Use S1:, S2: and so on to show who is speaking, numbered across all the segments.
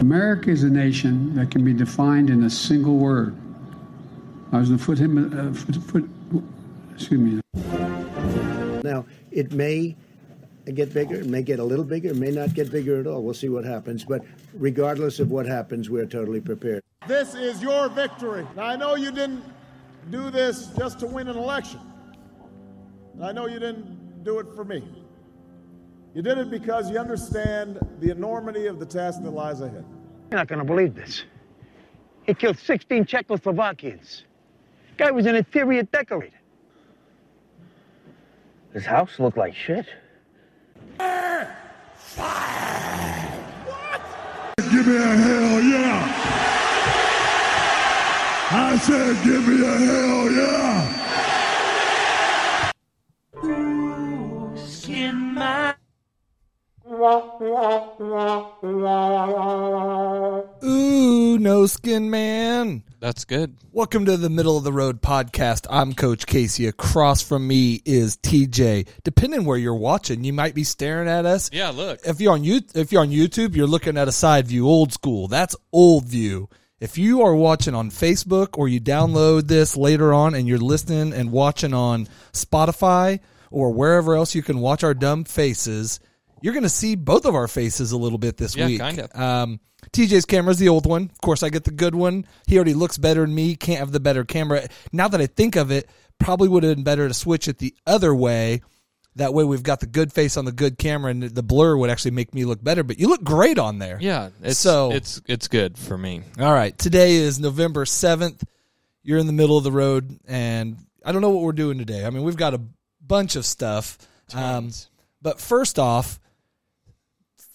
S1: America is a nation that can be defined in a single word. I was going to put him, uh, foot, foot, excuse me.
S2: Now, it may get bigger, it may get a little bigger, it may not get bigger at all. We'll see what happens. But regardless of what happens, we're totally prepared.
S3: This is your victory. Now, I know you didn't do this just to win an election. And I know you didn't do it for me. You did it because you understand the enormity of the task that lies ahead.
S4: You're not going to believe this. He killed 16 Czechoslovakians. Guy was an interior decorator.
S5: His house looked like shit.
S6: Fire! What? Give me a hell yeah! I said, give me a hell yeah!
S7: Ghost in my. Ooh, no skin man.
S8: That's good.
S7: Welcome to the Middle of the Road podcast. I'm Coach Casey. Across from me is TJ. Depending where you're watching, you might be staring at us.
S8: Yeah, look.
S7: If you're on you, if you're on YouTube, you're looking at a side view, old school. That's old view. If you are watching on Facebook or you download this later on and you're listening and watching on Spotify or wherever else you can watch our dumb faces, you're going to see both of our faces a little bit this
S8: yeah,
S7: week.
S8: kind of.
S7: Um, TJ's camera's the old one. Of course, I get the good one. He already looks better than me. Can't have the better camera. Now that I think of it, probably would have been better to switch it the other way. That way, we've got the good face on the good camera, and the blur would actually make me look better. But you look great on there.
S8: Yeah, it's,
S7: so
S8: it's it's good for me.
S7: all right. Today is November seventh. You're in the middle of the road, and I don't know what we're doing today. I mean, we've got a bunch of stuff. Um, but first off,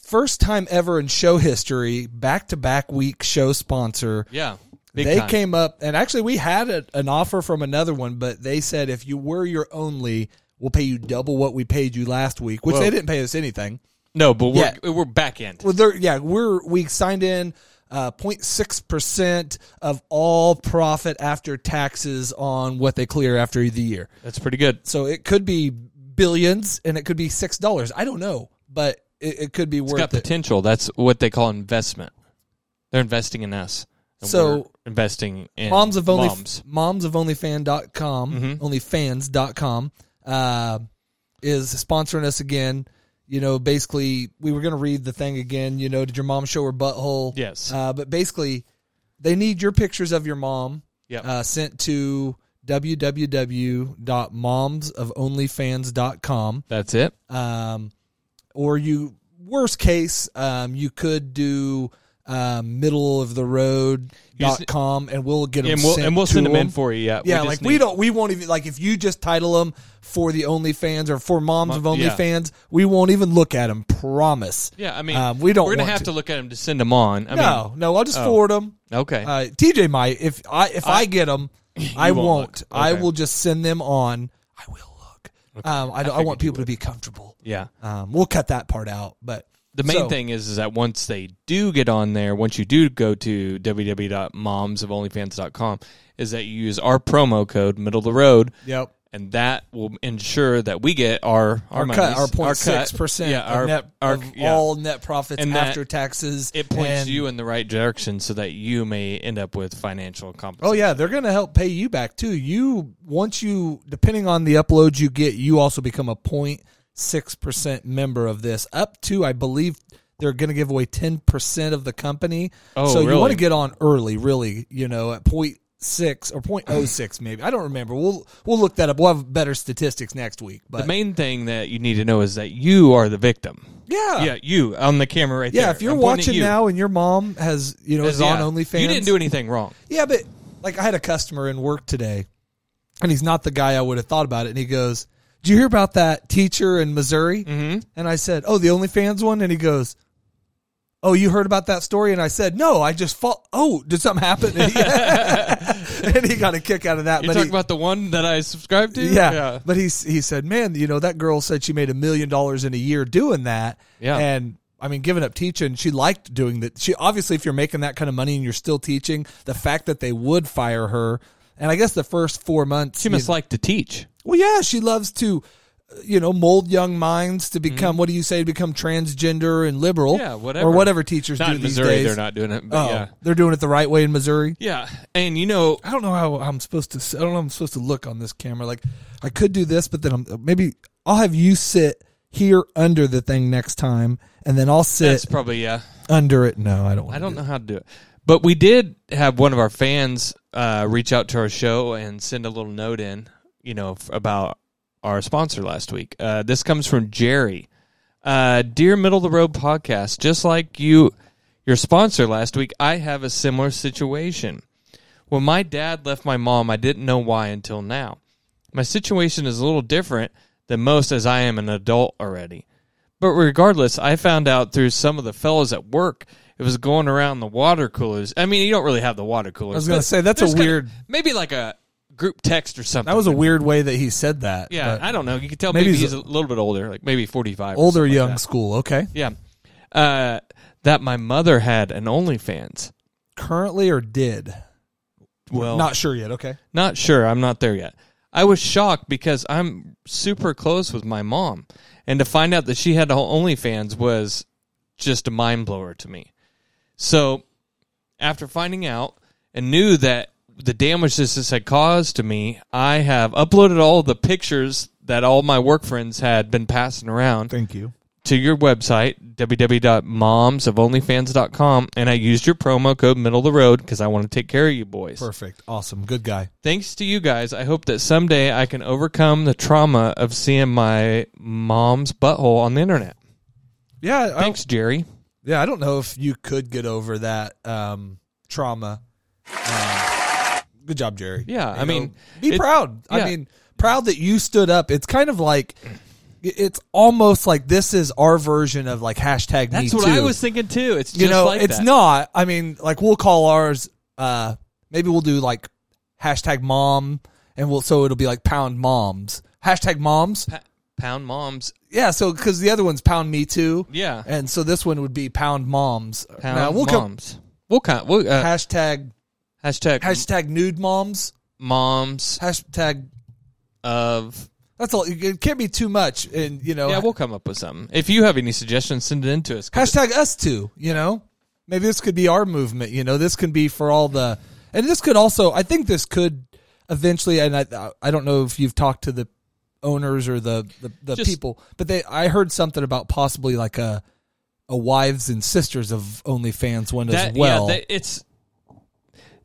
S7: first time ever in show history, back to back week show sponsor.
S8: Yeah,
S7: they
S8: time.
S7: came up, and actually, we had a, an offer from another one, but they said if you were your only, we'll pay you double what we paid you last week, which they didn't pay us anything.
S8: No, but we're we're back end.
S7: Well, they're, yeah, we're we signed in uh, 0.6% of all profit after taxes on what they clear after the year.
S8: That's pretty good.
S7: So it could be billions and it could be six dollars. I don't know, but it, it could be
S8: It's got
S7: worth it.
S8: potential. That's what they call investment. They're investing in us. and
S7: So-
S8: we're investing in
S7: Moms of only
S8: moms. Mm-hmm.
S7: moms of onlyfan.com, onlyfans.com uh, is sponsoring us again. You know, basically, we were going to read the thing again. You know, did your mom show her butthole?
S8: Yes.
S7: Uh, but basically, they need your pictures of your mom
S8: Yep.
S7: uh, sent to www.momsofonlyfans.com.
S8: That's it.
S7: um, or you worst case um, you could do um, middle of the road dot com and we'll get them
S8: and we'll
S7: sent
S8: and we'll
S7: to
S8: send them in
S7: them.
S8: for you. Yeah,
S7: yeah
S8: just
S7: like
S8: need-
S7: we don't we won't even like if you just title them for the OnlyFans or for moms of
S8: Mo- yeah.
S7: OnlyFans we won't even look at them promise
S8: Yeah, I mean,
S7: um, we don't
S8: We're gonna
S7: want
S8: have to. look at them to send them on. I
S7: no
S8: mean, oh.
S7: no I'll just forward 'em. forward them
S8: okay.
S7: uh, TJ might if I if I, get 'em, get them I
S8: won't
S7: won't,
S8: look.
S7: I
S8: Okay.
S7: will just send them on I will look um, I, don't- I want people to be comfortable
S8: yeah.
S7: um, we'll cut that part out, but
S8: The main
S7: so,
S8: thing is, is that once they do get on there, once you do go to www.momsofonlyfans.com, is that you use our promo code middle of the road,
S7: Yep.
S8: and that will ensure that we get our
S7: Our
S8: our,
S7: cut,
S8: monies,
S7: our point
S8: cut.
S7: six percent
S8: yeah, our,
S7: of, net,
S8: our
S7: of
S8: yeah.
S7: all net profits
S8: And that-
S7: after taxes.
S8: It points
S7: and-
S8: you in the right direction so that you may end up with financial compensation.
S7: Oh yeah, they're going to help pay you back too. You once you, depending on the uploads you get, you also become a 06 percent member of this. Up to I believe they're going to give away ten percent of the company.
S8: Oh,
S7: so you
S8: really?
S7: want to get on early, really. You know, at point six or point oh six maybe. I don't remember. We'll we'll look that up. We'll have better statistics next week. But
S8: The main thing that you need to know is that you are the victim.
S7: yeah,
S8: Yeah, you on the camera right
S7: Yeah,
S8: there.
S7: if you're
S8: I'm pointing at
S7: watching
S8: you.
S7: now and your mom has, you know, is
S8: Yeah.
S7: on OnlyFans.
S8: You didn't do anything wrong.
S7: Yeah, but like I had a customer in work today, and he's not the guy I would have thought about it. And he goes, "Did you hear about that teacher in Missouri?" Mm-hmm. And I said, "Oh, the OnlyFans one." And he goes, "Oh, you heard about that story?" And I said, "No, I just fall. Oh, did something happen?" And he, and he got a kick out of that.
S8: You
S7: but
S8: talking
S7: he-
S8: about the one that I subscribed to?
S7: yeah. But he he said, "Man, you know that girl said she made a million dollars in a year doing that."
S8: Yeah.
S7: And I mean, giving up teaching, she liked doing that. She obviously, if you're making that kind of money and you're still teaching, the fact that they would fire her, and I guess the first four months,
S8: She
S7: you
S8: must like to teach.
S7: well, yeah, she loves to uh, you know, mold young minds to become what do you say? Become transgender and liberal,
S8: Mm-hmm. Yeah, whatever.
S7: or whatever teachers
S8: Not
S7: do
S8: in
S7: these
S8: Missouri,
S7: days.
S8: they're not doing it. But
S7: Oh,
S8: yeah.
S7: they're doing it the right way in Missouri.
S8: Yeah. And you know,
S7: I don't know how I'm supposed to. s- I don't know. How I'm supposed to look on this camera. Like I could do this, but then I'm maybe I'll have you sit here under the thing next time, and then I'll sit
S8: that's probably, yeah.
S7: under it. No, I don't. Want
S8: I
S7: to
S8: don't
S7: do
S8: know how to do it. But we did have one of our fans uh, reach out to our show and send a little note in, you know, f- about our sponsor last week. Uh, this comes from Jerry. Uh, Dear Middle of the Road podcast, just like you, your sponsor last week, I have a similar situation. When my dad left my mom, I didn't know why until now. My situation is a little different than most as I am an adult already. But regardless, I found out through some of the fellows at work it was going around the water coolers. I mean, you don't really have the water coolers.
S7: I was gonna
S8: but
S7: say, that's a
S8: there's kinda-
S7: weird-
S8: maybe like a group text or something.
S7: That was a weird way that he said that.
S8: yeah.
S7: but-
S8: I don't know. You can tell
S7: Maybe
S8: maybe,
S7: he's
S8: he's a little bit older, like maybe forty five.
S7: older young school. Okay,
S8: yeah. Uh, that my mother had an OnlyFans.
S7: currently or did?
S8: Well,
S7: Not sure yet. Okay,
S8: Not sure. I'm not there yet. I was shocked because I'm super close with my mom, and to find out that she had a whole OnlyFans was just a mind blower to me. So, after finding out and knew that the damage this this had caused to me, I have uploaded all the pictures that all my work friends had been passing around
S7: thank you.
S8: to your website www.momsofonlyfans.com, and I used your promo code middle of the road because I want to take care of you boys.
S7: Perfect. Awesome. Good guy.
S8: Thanks to you guys, I hope that someday I can overcome the trauma of seeing my mom's butthole on the internet.
S7: Yeah. I,
S8: Thanks, Jerry.
S7: yeah. I don't know if you could get over that um, trauma. Um, good job, Jerry.
S8: Yeah,
S7: You
S8: I mean,
S7: be
S8: it-
S7: proud. I
S8: yeah.
S7: mean, proud that you stood up. It's kind of like. it- It's almost like this is our version of like hashtag Me
S8: That's what
S7: Too.
S8: I was thinking too. It's just
S7: you know
S8: like
S7: it's
S8: that.
S7: not i mean like we'll call ours uh maybe we'll do like hashtag mom and we'll so it'll be like pound moms hashtag moms
S8: Pa- pound moms.
S7: yeah so because the other one's pound me too
S8: Yeah.
S7: and so this one would be pound moms
S8: Pound
S7: Now, we'll come-
S8: moms. we'll con- we'll, uh,
S7: hashtag
S8: hashtag
S7: hashtag nude moms
S8: moms
S7: hashtag
S8: of.
S7: that's all it can't be too much and you know
S8: Yeah, we'll come up with something. If you have any suggestions, send it in to us. 'cause
S7: hashtag us too you know maybe this could be our movement you know this could be for all the and this could also i think this could eventually and i i don't know if you've talked to the owners or the the, the
S8: Just-
S7: people but they i heard something about possibly like a a wives and sisters of OnlyFans one as
S8: that-
S7: well.
S8: yeah, that, it's.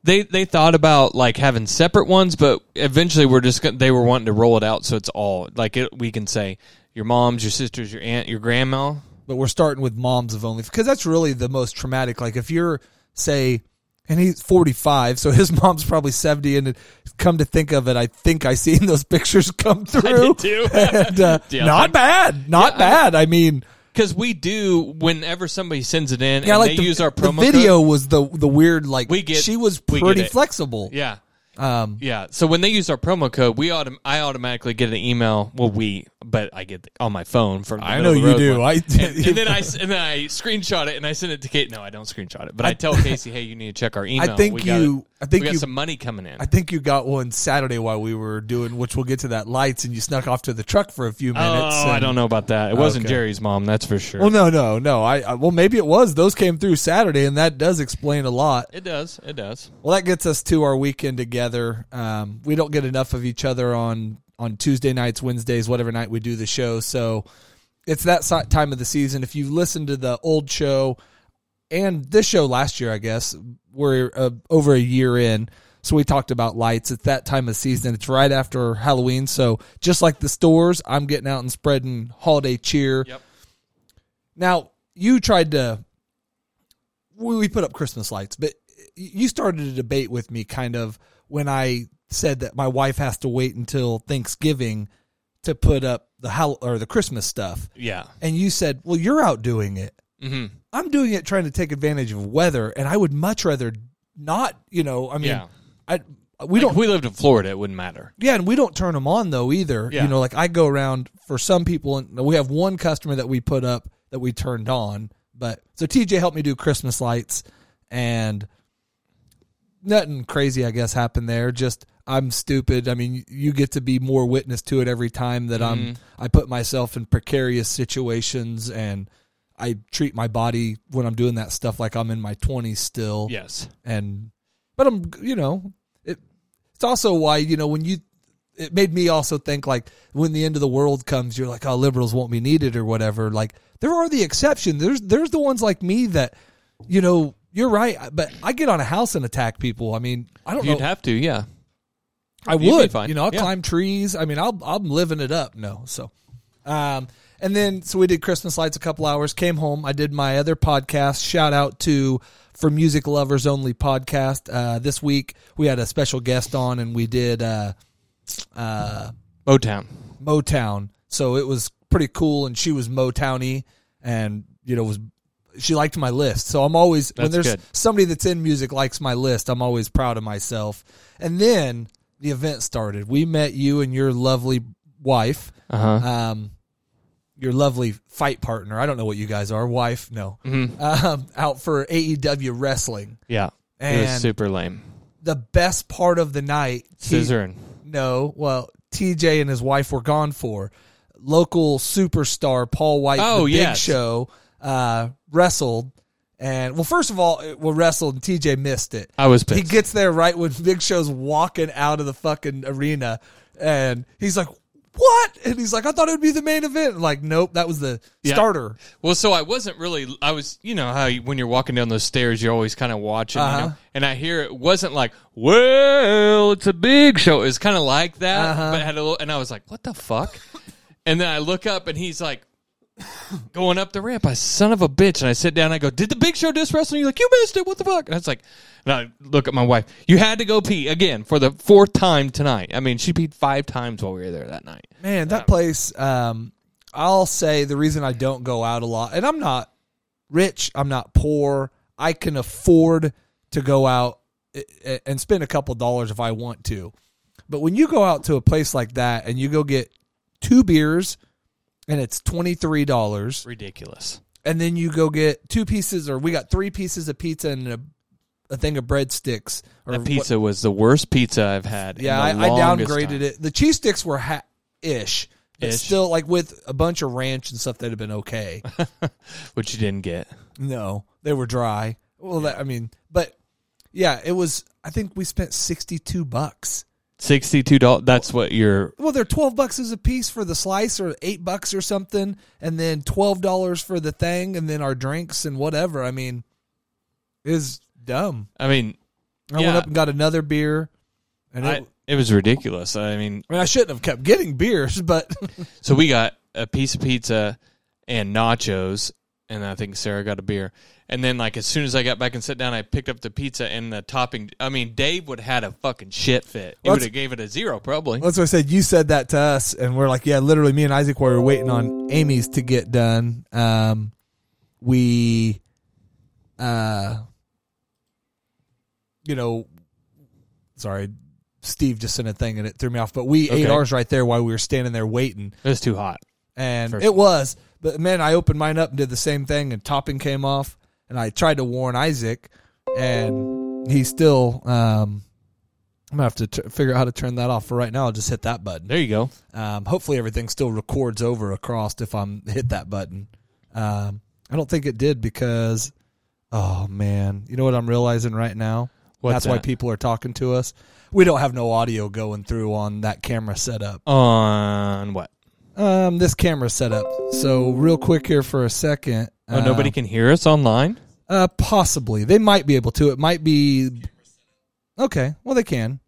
S8: They, they thought about like having separate ones, but eventually we're just gonna, they were wanting to roll it out so it's all like it, we can say your mom's, your sister's, your aunt, your grandma,
S7: but we're starting with moms of only because that's really the most traumatic. Like if you're say, and he's 45, so his mom's probably 70. And it- come to think of it, I think I seen those pictures come through.
S8: too.
S7: and, uh,
S8: Yeah,
S7: not bad, not bad. I mean,
S8: Because we do whenever somebody sends it in,
S7: yeah,
S8: and
S7: like
S8: they
S7: the,
S8: use our
S7: the
S8: promo
S7: video
S8: code-
S7: was the the weird like
S8: We get-
S7: she was
S8: we get
S7: pretty
S8: it.
S7: flexible.
S8: Yeah,
S7: Um,
S8: yeah. So when they use our promo code, we autom- I automatically get an email. Well, we, but I get it on my phone from. The
S7: I
S8: middle
S7: know
S8: of the
S7: you
S8: road
S7: do.
S8: one.
S7: I
S8: and, and then I s- and then I screenshot it and I send it to Kate. No, I don't screenshot it, but I, tell Casey, hey, you need to check our email.
S7: think
S8: We got it.
S7: you- I think
S8: we got
S7: you-
S8: some money coming in.
S7: I think you got one Saturday while we were doing, which we'll get to that lights, and you snuck off to the truck for a few
S8: oh,
S7: minutes.
S8: I
S7: and- um,
S8: don't know about that. It wasn't
S7: Okay.
S8: Jerry's mom, that's for sure.
S7: Well, no, no, no. I, I well, maybe it was. Those came through Saturday, and that does explain a lot.
S8: it does. It does.
S7: Well, that gets us to our weekend together. Um, we don't get enough of each other on on Tuesday nights, Wednesdays, whatever night we do the show. So it's that si- time of the season. If you listen to the old show and this show last year, I guess we're uh, over a year in. So we talked about lights. It's that time of season. It's right after Halloween. So just like the stores, I'm getting out and spreading holiday cheer.
S8: Yep.
S7: Now you tried to. We, we put up Christmas lights, but you started a debate with me kind of when I said that my wife has to wait until Thanksgiving to put up the hol- or the Christmas stuff,
S8: Yeah.
S7: and you said, "Well, you're out doing it. Mm-hmm. I'm doing it trying to take advantage of weather, and I would much rather not. You know, I mean,
S8: Yeah.
S7: I we
S8: Like,
S7: don't
S8: if we lived in Florida, it wouldn't matter.
S7: yeah, and we don't turn them on though either.
S8: Yeah.
S7: You know, like I go around for some people, and we have one customer that we put up that we turned on. But so TJ helped me do Christmas lights, and nothing crazy, I guess, happened there. Just I'm stupid. I mean, you get to be more witness to it every time that I'm I put myself in precarious situations and I treat my body when I'm doing that stuff like I'm in my 20s still.
S8: Yes.
S7: And but I'm you know, it it's also why, you know, when you it made me also think like when the end of the world comes, you're like, oh, liberals won't be needed or whatever. Like there are the exceptions. There's there's the ones like me that, you know, you're right. But I get on a house and attack people. I mean, I don't
S8: You'd
S7: know.
S8: have to, yeah.
S7: I
S8: be
S7: would.
S8: fine.
S7: You know, I'll
S8: Yeah.
S7: climb trees. I mean, I'll, I'm living it up. No, so. Um, and then, so we did Christmas lights a couple hours, came home. I did my other podcast. Shout out to For Music Lovers Only podcast. Uh, this week, we had a special guest on and we did uh,
S8: Motown.
S7: Motown. So it was pretty cool. And she was Motowny and, you know, was. She liked my list, so I'm always when
S8: That's
S7: there's
S8: good.
S7: somebody that's in music likes my list. I'm always proud of myself. And then the event started. We met you and your lovely wife,
S8: Uh-huh.
S7: um, your lovely fight partner. I don't know what you guys are. Wife, no.
S8: Mm-hmm.
S7: Um, out for AEW wrestling.
S8: Yeah. it
S7: And-
S8: was super lame.
S7: The best part of the night. he-
S8: Scissoring.
S7: no, well, TJ and his wife were gone for. Local superstar Paul White,
S8: Oh,
S7: the Big
S8: yes.
S7: Show, uh, wrestled. And well, first of all, it, well, wrestled and TJ missed it.
S8: I was
S7: He
S8: pissed.
S7: gets there right when Big Show's walking out of the fucking arena, and he's like, "What?" And he's like, "I thought it would be the main event." I'm like, nope, that was the
S8: Yeah.
S7: starter.
S8: Well, so I wasn't really. I was, you know, how you, when you're walking down those stairs, you're always kind of watching. You know? And I hear it wasn't like, "Well, it's a big show." It was kind of like that, but had a little. And I was like, "What the fuck?" and then I look up, and he's like, going up the ramp. I son of a bitch. And I sit down. And I go, "Did the big show disc wrestling?" You're like, "You missed it. What the fuck?" And I was like, and I look at my wife. You had to go pee again for the fourth time tonight. I mean, she peed five times while we were there that night.
S7: Man, that place. Um, I'll say the reason I don't go out a lot, and I'm not rich, I'm not poor. I can afford to go out i- i- and spend a couple dollars if I want to. But when you go out to a place like that and you go get two beers, and it's twenty three dollars,
S8: Ridiculous.
S7: and then you go get two pieces, or we got three pieces of pizza and a, a thing of breadsticks. Or
S8: That
S7: what-
S8: pizza was the worst pizza I've had. in
S7: yeah, I,
S8: the
S7: I
S8: longest
S7: downgraded
S8: time.
S7: it. The cheese sticks were ha- ish, but
S8: Ish.
S7: still like with a bunch of ranch and stuff that had been okay.
S8: which you didn't get.
S7: no, they were dry. Well, that, I mean, but yeah, it was. I think we spent sixty two bucks.
S8: Sixty-two dollars. That's what you're.
S7: Well, they're twelve bucks as a piece for the slice, or eight bucks or something, and then twelve dollars for the thing, and then our drinks and whatever. I mean, is dumb.
S8: I mean,
S7: I went
S8: Yeah.
S7: up and got another beer, and
S8: I,
S7: it,
S8: it was ridiculous. I mean,
S7: I mean, I shouldn't have kept getting beers, but
S8: so we got a piece of pizza and nachos, and I think Sarah got a beer. And then, like as soon as I got back and sat down, I picked up the pizza and the topping. I mean, Dave would have had a fucking shit fit. He
S7: Well,
S8: would
S7: that's-
S8: have gave it a zero probably.
S7: Well, that's what I said. You said that to us, and we're like, yeah, literally, me and Isaac were waiting on Amy's to get done. Um, we, uh, you know, sorry, Steve just sent a thing and it threw me off, but we ate
S8: Okay.
S7: ours right there while we were standing there waiting,
S8: It was too hot.
S7: and
S8: First
S7: it was. But man, I opened mine up and did the same thing, and topping came off, and I tried to warn Isaac, and he still. Um, I'm gonna have to t- figure out how to turn that off. For right now, I'll just hit that button.
S8: There you go.
S7: Um, hopefully everything still records over across if I'm hit that button. Um, I don't think it did because, oh man, you know what I'm realizing right now?
S8: What's
S7: That's why
S8: that?
S7: people are talking to us. We don't have no audio going through on that camera setup.
S8: On what?
S7: Um, this camera setup. So real quick here for a second.
S8: Oh, nobody can hear us online.
S7: Uh, possibly they might be able to. It might be. Okay, well they can.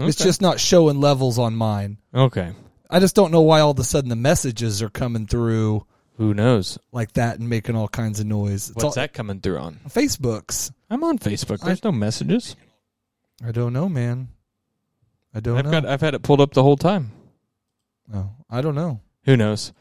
S7: It's
S8: Okay.
S7: just not showing levels on mine.
S8: Okay.
S7: I just don't know why all of a sudden the messages are coming through.
S8: Who knows?
S7: like that and making all kinds of noise. It's
S8: What's
S7: all,
S8: that coming through on?
S7: Facebooks.
S8: I'm on Facebook. There's no messages.
S7: I don't know, man. I don't
S8: I've
S7: know.
S8: got. I've had it pulled up the whole time.
S7: oh, I don't know.
S8: Who knows?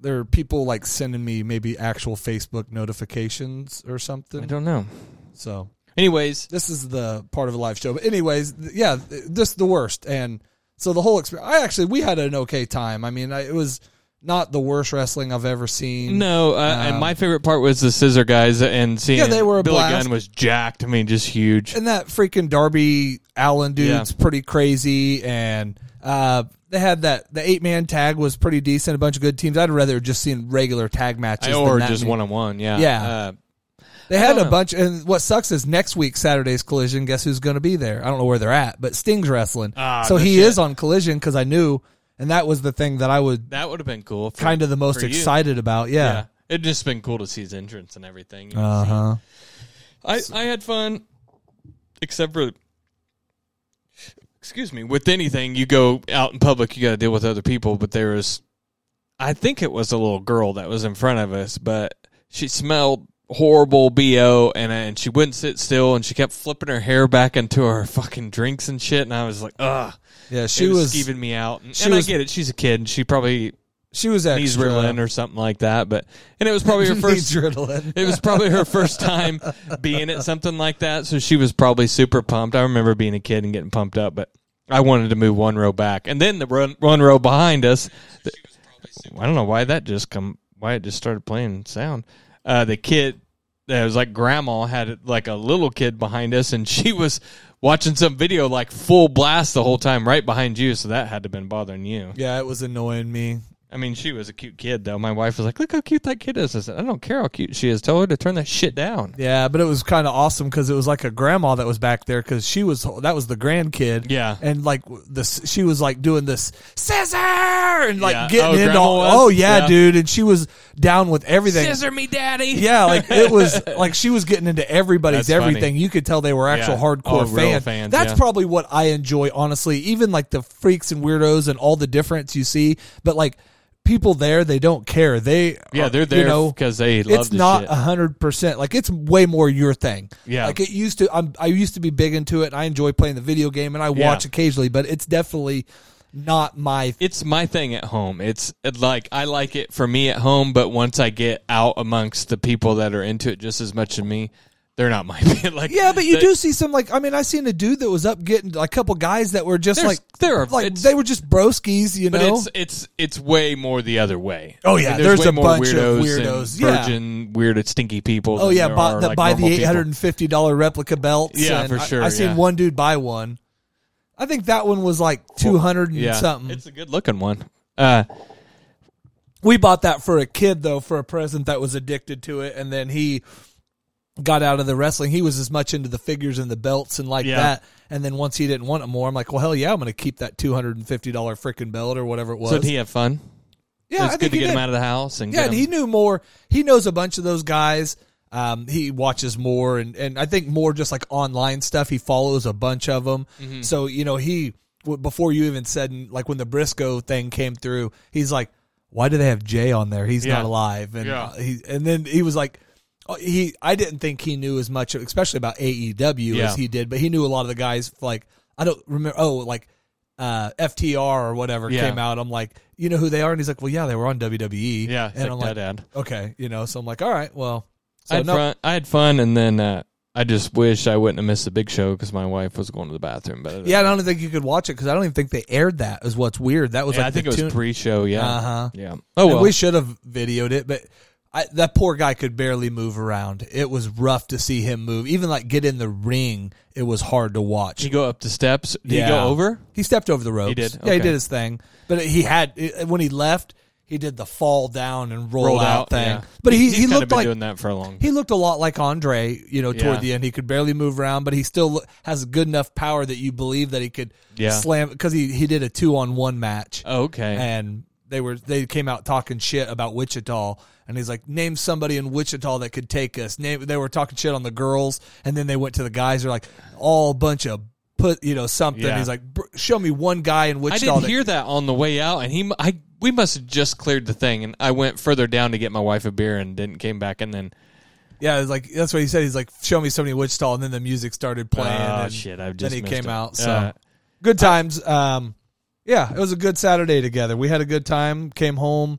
S7: There are people like sending me maybe actual Facebook notifications or
S8: I
S7: something.
S8: don't know.
S7: So
S8: Anyways,
S7: this is the part of a live show. But anyways, th- yeah, th- this is the worst. And so the whole experience. I actually we had an okay time. I mean, I, it was not the worst wrestling I've ever seen.
S8: No, uh, and my favorite part was the scissor guys and seeing
S7: Yeah, they were a
S8: Billy
S7: blast.
S8: Gunn was jacked. I mean, just huge.
S7: and that freaking Darby Allen dude's
S8: Yeah.
S7: pretty crazy, and uh, they had that the eight man tag was pretty decent. A bunch of good teams. I'd rather just seen regular tag matches than
S8: or
S7: that
S8: just
S7: many.
S8: one on one. Yeah.
S7: Yeah.
S8: Uh,
S7: They had
S8: don't
S7: a
S8: know.
S7: bunch, and what sucks is next week Saturday's Collision. Guess who's going to be there? I don't know where they're at, but Sting's wrestling,
S8: Ah,
S7: so
S8: no
S7: he
S8: shit.
S7: is on Collision because I knew, and that was the thing that I was
S8: that would have been cool. for-
S7: kind of the most
S8: for you.
S7: excited about. Yeah,
S8: Yeah. It'd just been cool to see his entrance and everything. you know,
S7: uh huh.
S8: so- I, I had fun, except for, excuse me, with anything, you go out in public, you got to deal with other people. But there was, I think it was a little girl that was in front of us, but she smelled horrible BO and, and she wouldn't sit still and she kept flipping her hair back into her fucking drinks and shit. And I was like, ugh.
S7: Yeah,
S8: She
S7: she
S8: was,
S7: was
S8: skeeving me out. And,
S7: she
S8: and
S7: was-
S8: I get it. She's a kid. And she probably
S7: she was
S8: knees
S7: extra.
S8: riddling or something like that. But and it was probably her
S7: Needs
S8: first.
S7: riddling.
S8: It was probably her first time being at something like that, so she was probably super pumped. I remember being a kid and getting pumped up, but I wanted to move one row back, and then the run, one row behind us. the- I don't know why that just come why it just started playing sound. Uh, the kid that was like grandma had like a little kid behind us, and she was watching some video like full blast the whole time right behind you, so that had to have been bothering you.
S7: Yeah, it was annoying me.
S8: I mean, she was a cute kid, though. My wife was like, "Look how cute that kid is." I said, "I don't care how cute she is. Tell her to turn that shit down."
S7: Yeah, but it was kind of awesome because it was like a grandma that was back there because she was that was the grandkid.
S8: Yeah.
S7: and like this, she was like doing this scissor and like
S8: Yeah.
S7: getting
S8: Oh,
S7: into
S8: grandma
S7: all.
S8: was?
S7: Oh yeah,
S8: Yeah.
S7: dude, and she was down with everything.
S8: Scissor me, daddy.
S7: Yeah, like it was like she was getting into everybody's
S8: That's funny.
S7: everything. You could tell they were actual
S8: Yeah.
S7: hardcore
S8: Oh, real
S7: fan.
S8: fans,
S7: That's
S8: yeah.
S7: probably what I enjoy, honestly. Even like the freaks and weirdos and all the difference you see, but like people there, they don't care. They
S8: Yeah,
S7: are-
S8: they're
S7: you
S8: there
S7: know,
S8: 'cause they love
S7: it's
S8: the
S7: not
S8: shit.
S7: a hundred percent. Like it's way more your thing.
S8: Yeah.
S7: like it used to. I'm, I used to be big into it. and I enjoy playing the video game and I watch
S8: Yeah.
S7: occasionally, but it's definitely not my.
S8: It's my thing at home. It's it, like I like it for me at home, but once I get out amongst the people that are into it just as much as me, they're not my like.
S7: Yeah, but you
S8: they-
S7: do see some like I mean I seen a dude that was up getting a couple guys that were just
S8: There's-
S7: like
S8: there are-
S7: like
S8: it's-
S7: they were just broskies, you
S8: But
S7: know.
S8: it's it's it's way more the other way.
S7: Oh, yeah, there's
S8: way
S7: a
S8: more
S7: bunch of
S8: weirdos,
S7: weirdos,
S8: and
S7: yeah.
S8: virgin, weird, stinky people.
S7: oh
S8: than
S7: yeah,
S8: there
S7: buy,
S8: are,
S7: that
S8: like,
S7: buy the
S8: normal
S7: eight
S8: people.
S7: hundred and fifty dollar replica belts.
S8: Yeah,
S7: and
S8: for
S7: I-
S8: sure,
S7: I, seen
S8: yeah.
S7: one dude buy one. I think that one was like two hundred and
S8: Yeah,
S7: something.
S8: it's a good looking one. Uh,
S7: we bought that for a kid though for a present that was addicted to it and then he got out of the wrestling he was as much into the figures and the belts and like
S8: Yeah.
S7: that and then once he didn't want it more i'm like well hell yeah i'm gonna keep that $250 freaking belt or whatever it was
S8: so did he have fun?
S7: yeah
S8: it's
S7: I
S8: good
S7: think
S8: to
S7: he
S8: get him
S7: did.
S8: out of the house and
S7: yeah
S8: get
S7: and
S8: him-
S7: he knew more he knows a bunch of those guys um, he watches more and, and i think more just like online stuff he follows a bunch of them
S8: Mm-hmm.
S7: so you know he w- before you even said like when the briscoe thing came through he's like why do they have jay on there he's
S8: Yeah.
S7: not alive and
S8: Yeah.
S7: uh, he and then he was like oh, he i didn't think he knew as much especially about aew
S8: Yeah.
S7: as he did but he knew a lot of the guys like i don't remember oh like uh, FTR or whatever
S8: Yeah.
S7: came out. I'm like, you know who they are, and he's like, well, yeah, they were on E." WWE.
S8: Yeah,
S7: and
S8: check
S7: I'm like,
S8: that ad.
S7: okay, you know. So I'm like, all right, well, so
S8: I, had
S7: no,
S8: fun, I had fun, and then uh, I just wish I wouldn't have missed the big show because my wife was going to the bathroom. But uh,
S7: yeah, and I don't think you could watch it because I don't even think they aired that. Is what's weird. That was
S8: Yeah,
S7: like
S8: I think
S7: the
S8: it was
S7: tune-
S8: pre-show. Yeah,
S7: Uh-huh.
S8: yeah. Oh
S7: And
S8: well,
S7: we should have videoed it, but I, that poor guy could barely move around. It was rough to see him move. Even like get in the ring, it was hard to watch.
S8: did he go up the steps? Did
S7: Yeah.
S8: he go over?
S7: He stepped over the ropes.
S8: did?
S7: Yeah, he
S8: Okay.
S7: did his thing. But he had it- when he left, he did the fall down and roll
S8: Rolled
S7: out,
S8: out,
S7: thing.
S8: yeah.
S7: But he,
S8: He's
S7: he
S8: kinda
S7: looked
S8: been
S7: like
S8: doing that for a long.
S7: he looked a lot like Andre, you know, toward
S8: Yeah.
S7: the end. He could barely move around, but he still lo- has good enough power that you believe that he could
S8: Yeah.
S7: slam because he, he did a two on one match.
S8: Oh, okay.
S7: And they were they came out talking shit about Wichita, and he's like, name somebody in Wichita that could take us. Name they were talking shit on the girls, and then they went to the guys. They're like, all bunch of put you know something.
S8: Yeah.
S7: He's like, "Br- show me one guy in
S8: I
S7: Wichita.
S8: didn't
S7: that-
S8: hear that on the way out, and he, mu- I, we must have just cleared the thing, and I went further down to get my wife a beer, and didn't came back, and then
S7: Yeah, it's like that's what he said. He's like, show me somebody in Wichita, and then the music started playing.
S8: Oh,
S7: and
S8: shit, I've
S7: then
S8: just
S7: he
S8: missed
S7: came
S8: it.
S7: out. So
S8: Uh,
S7: good times. um, yeah, it was a good Saturday together. We had a good time. Came home,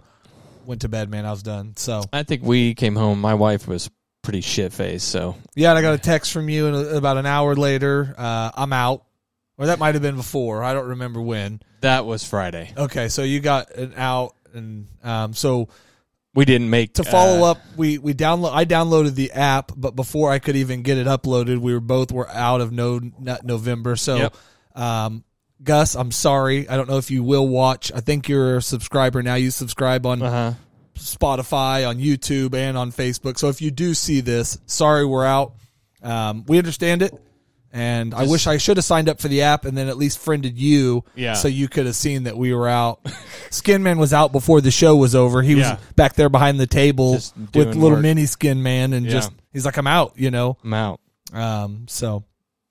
S7: went to bed. Man, I was done. So
S8: I think we came home. My wife was pretty shit faced, so
S7: yeah, and I got a text from you, and about an hour later, uh, I'm out. Or that might have been before. I don't remember when.
S8: that was Friday.
S7: Okay, so you got an out. and um, so
S8: We didn't make
S7: to follow
S8: uh,
S7: up, we we download. I downloaded the app, but before I could even get it uploaded, we were both were out of no not November. So,
S8: Yep.
S7: um, Gus, I'm sorry. I don't know if you will watch. I think you're a subscriber now. You subscribe on
S8: Uh-huh.
S7: Spotify, on YouTube, and on Facebook. So if you do see this, sorry we're out. Um, we understand it. And I wish I should have signed up for the app and then at least friended you,
S8: Yeah.
S7: so you could have seen that we were out. Skin Man was out before the show was over. He
S8: Yeah.
S7: was back there behind the table
S8: Just doing
S7: with little
S8: work.
S7: mini Skin Man, and
S8: Yeah.
S7: just he's like, "I'm out," you know.
S8: I'm out.
S7: Um, so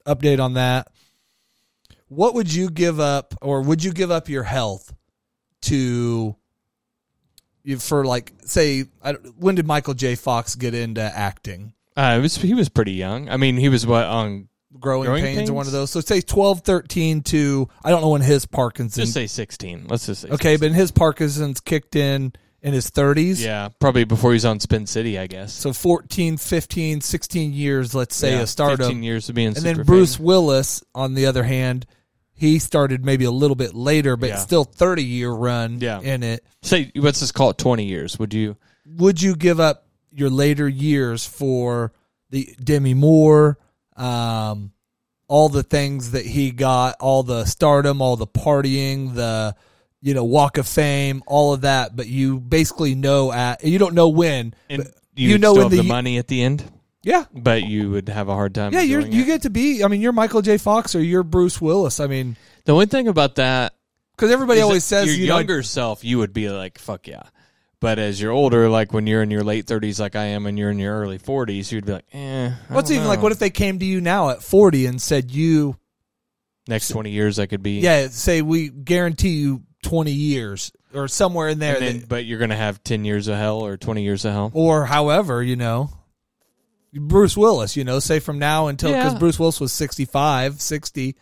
S7: update on that. What would you give up, or would you give up your health to you for like say I, don't- when did Michael J. Fox get into acting?
S8: Uh, it was, he was pretty young. I mean, he was what on
S7: Growing,
S8: Growing
S7: pains,
S8: Pains?
S7: or one of those. So say 12, 13 to I don't know when his Parkinson's.
S8: just say sixteen. Let's just say
S7: okay, but his Parkinson's kicked in in his thirties.
S8: 16. yeah, probably before he was on Spin City, I guess.
S7: So 14, 15, 16 years, let's say,
S8: yeah,
S7: of stardom.
S8: fifteen years of being.
S7: and
S8: super
S7: then Bruce
S8: famous.
S7: Willis, on the other hand, he started maybe a little bit later, but
S8: Yeah.
S7: still thirty year run
S8: Yeah.
S7: in it.
S8: Say what's this called? Twenty years? Would you?
S7: Would you give up your later years for the Demi Moore, um, all the things that he got, all the stardom, all the partying, the you know Walk of Fame, all of that? But you basically know at you don't know when.
S8: And
S7: but
S8: you, know
S7: in
S8: still have the money at the end,
S7: yeah.
S8: but you would have a hard time.
S7: Yeah, you're,
S8: doing
S7: you
S8: it.
S7: get to be. I mean, you're Michael J. Fox or you're Bruce Willis. I mean,
S8: the only thing about that
S7: because everybody
S8: is
S7: always says
S8: that your
S7: you know,
S8: younger self, you would be like, "Fuck yeah." But as you're older, like when you're in your late 30s, like I am, and you're in your early 40s, you'd be like, eh. I
S7: What's
S8: don't
S7: even
S8: know.
S7: like? What if they came to you now at forty and said, "You,
S8: next 20 years I could be?
S7: yeah, say we guarantee you twenty years or somewhere in there,
S8: And then,
S7: that-
S8: but you're gonna have 10 years of hell or 20 years of hell.
S7: or however, you know." Bruce Willis, you know, say from now until because
S8: Yeah.
S7: Bruce Willis was 65, 60.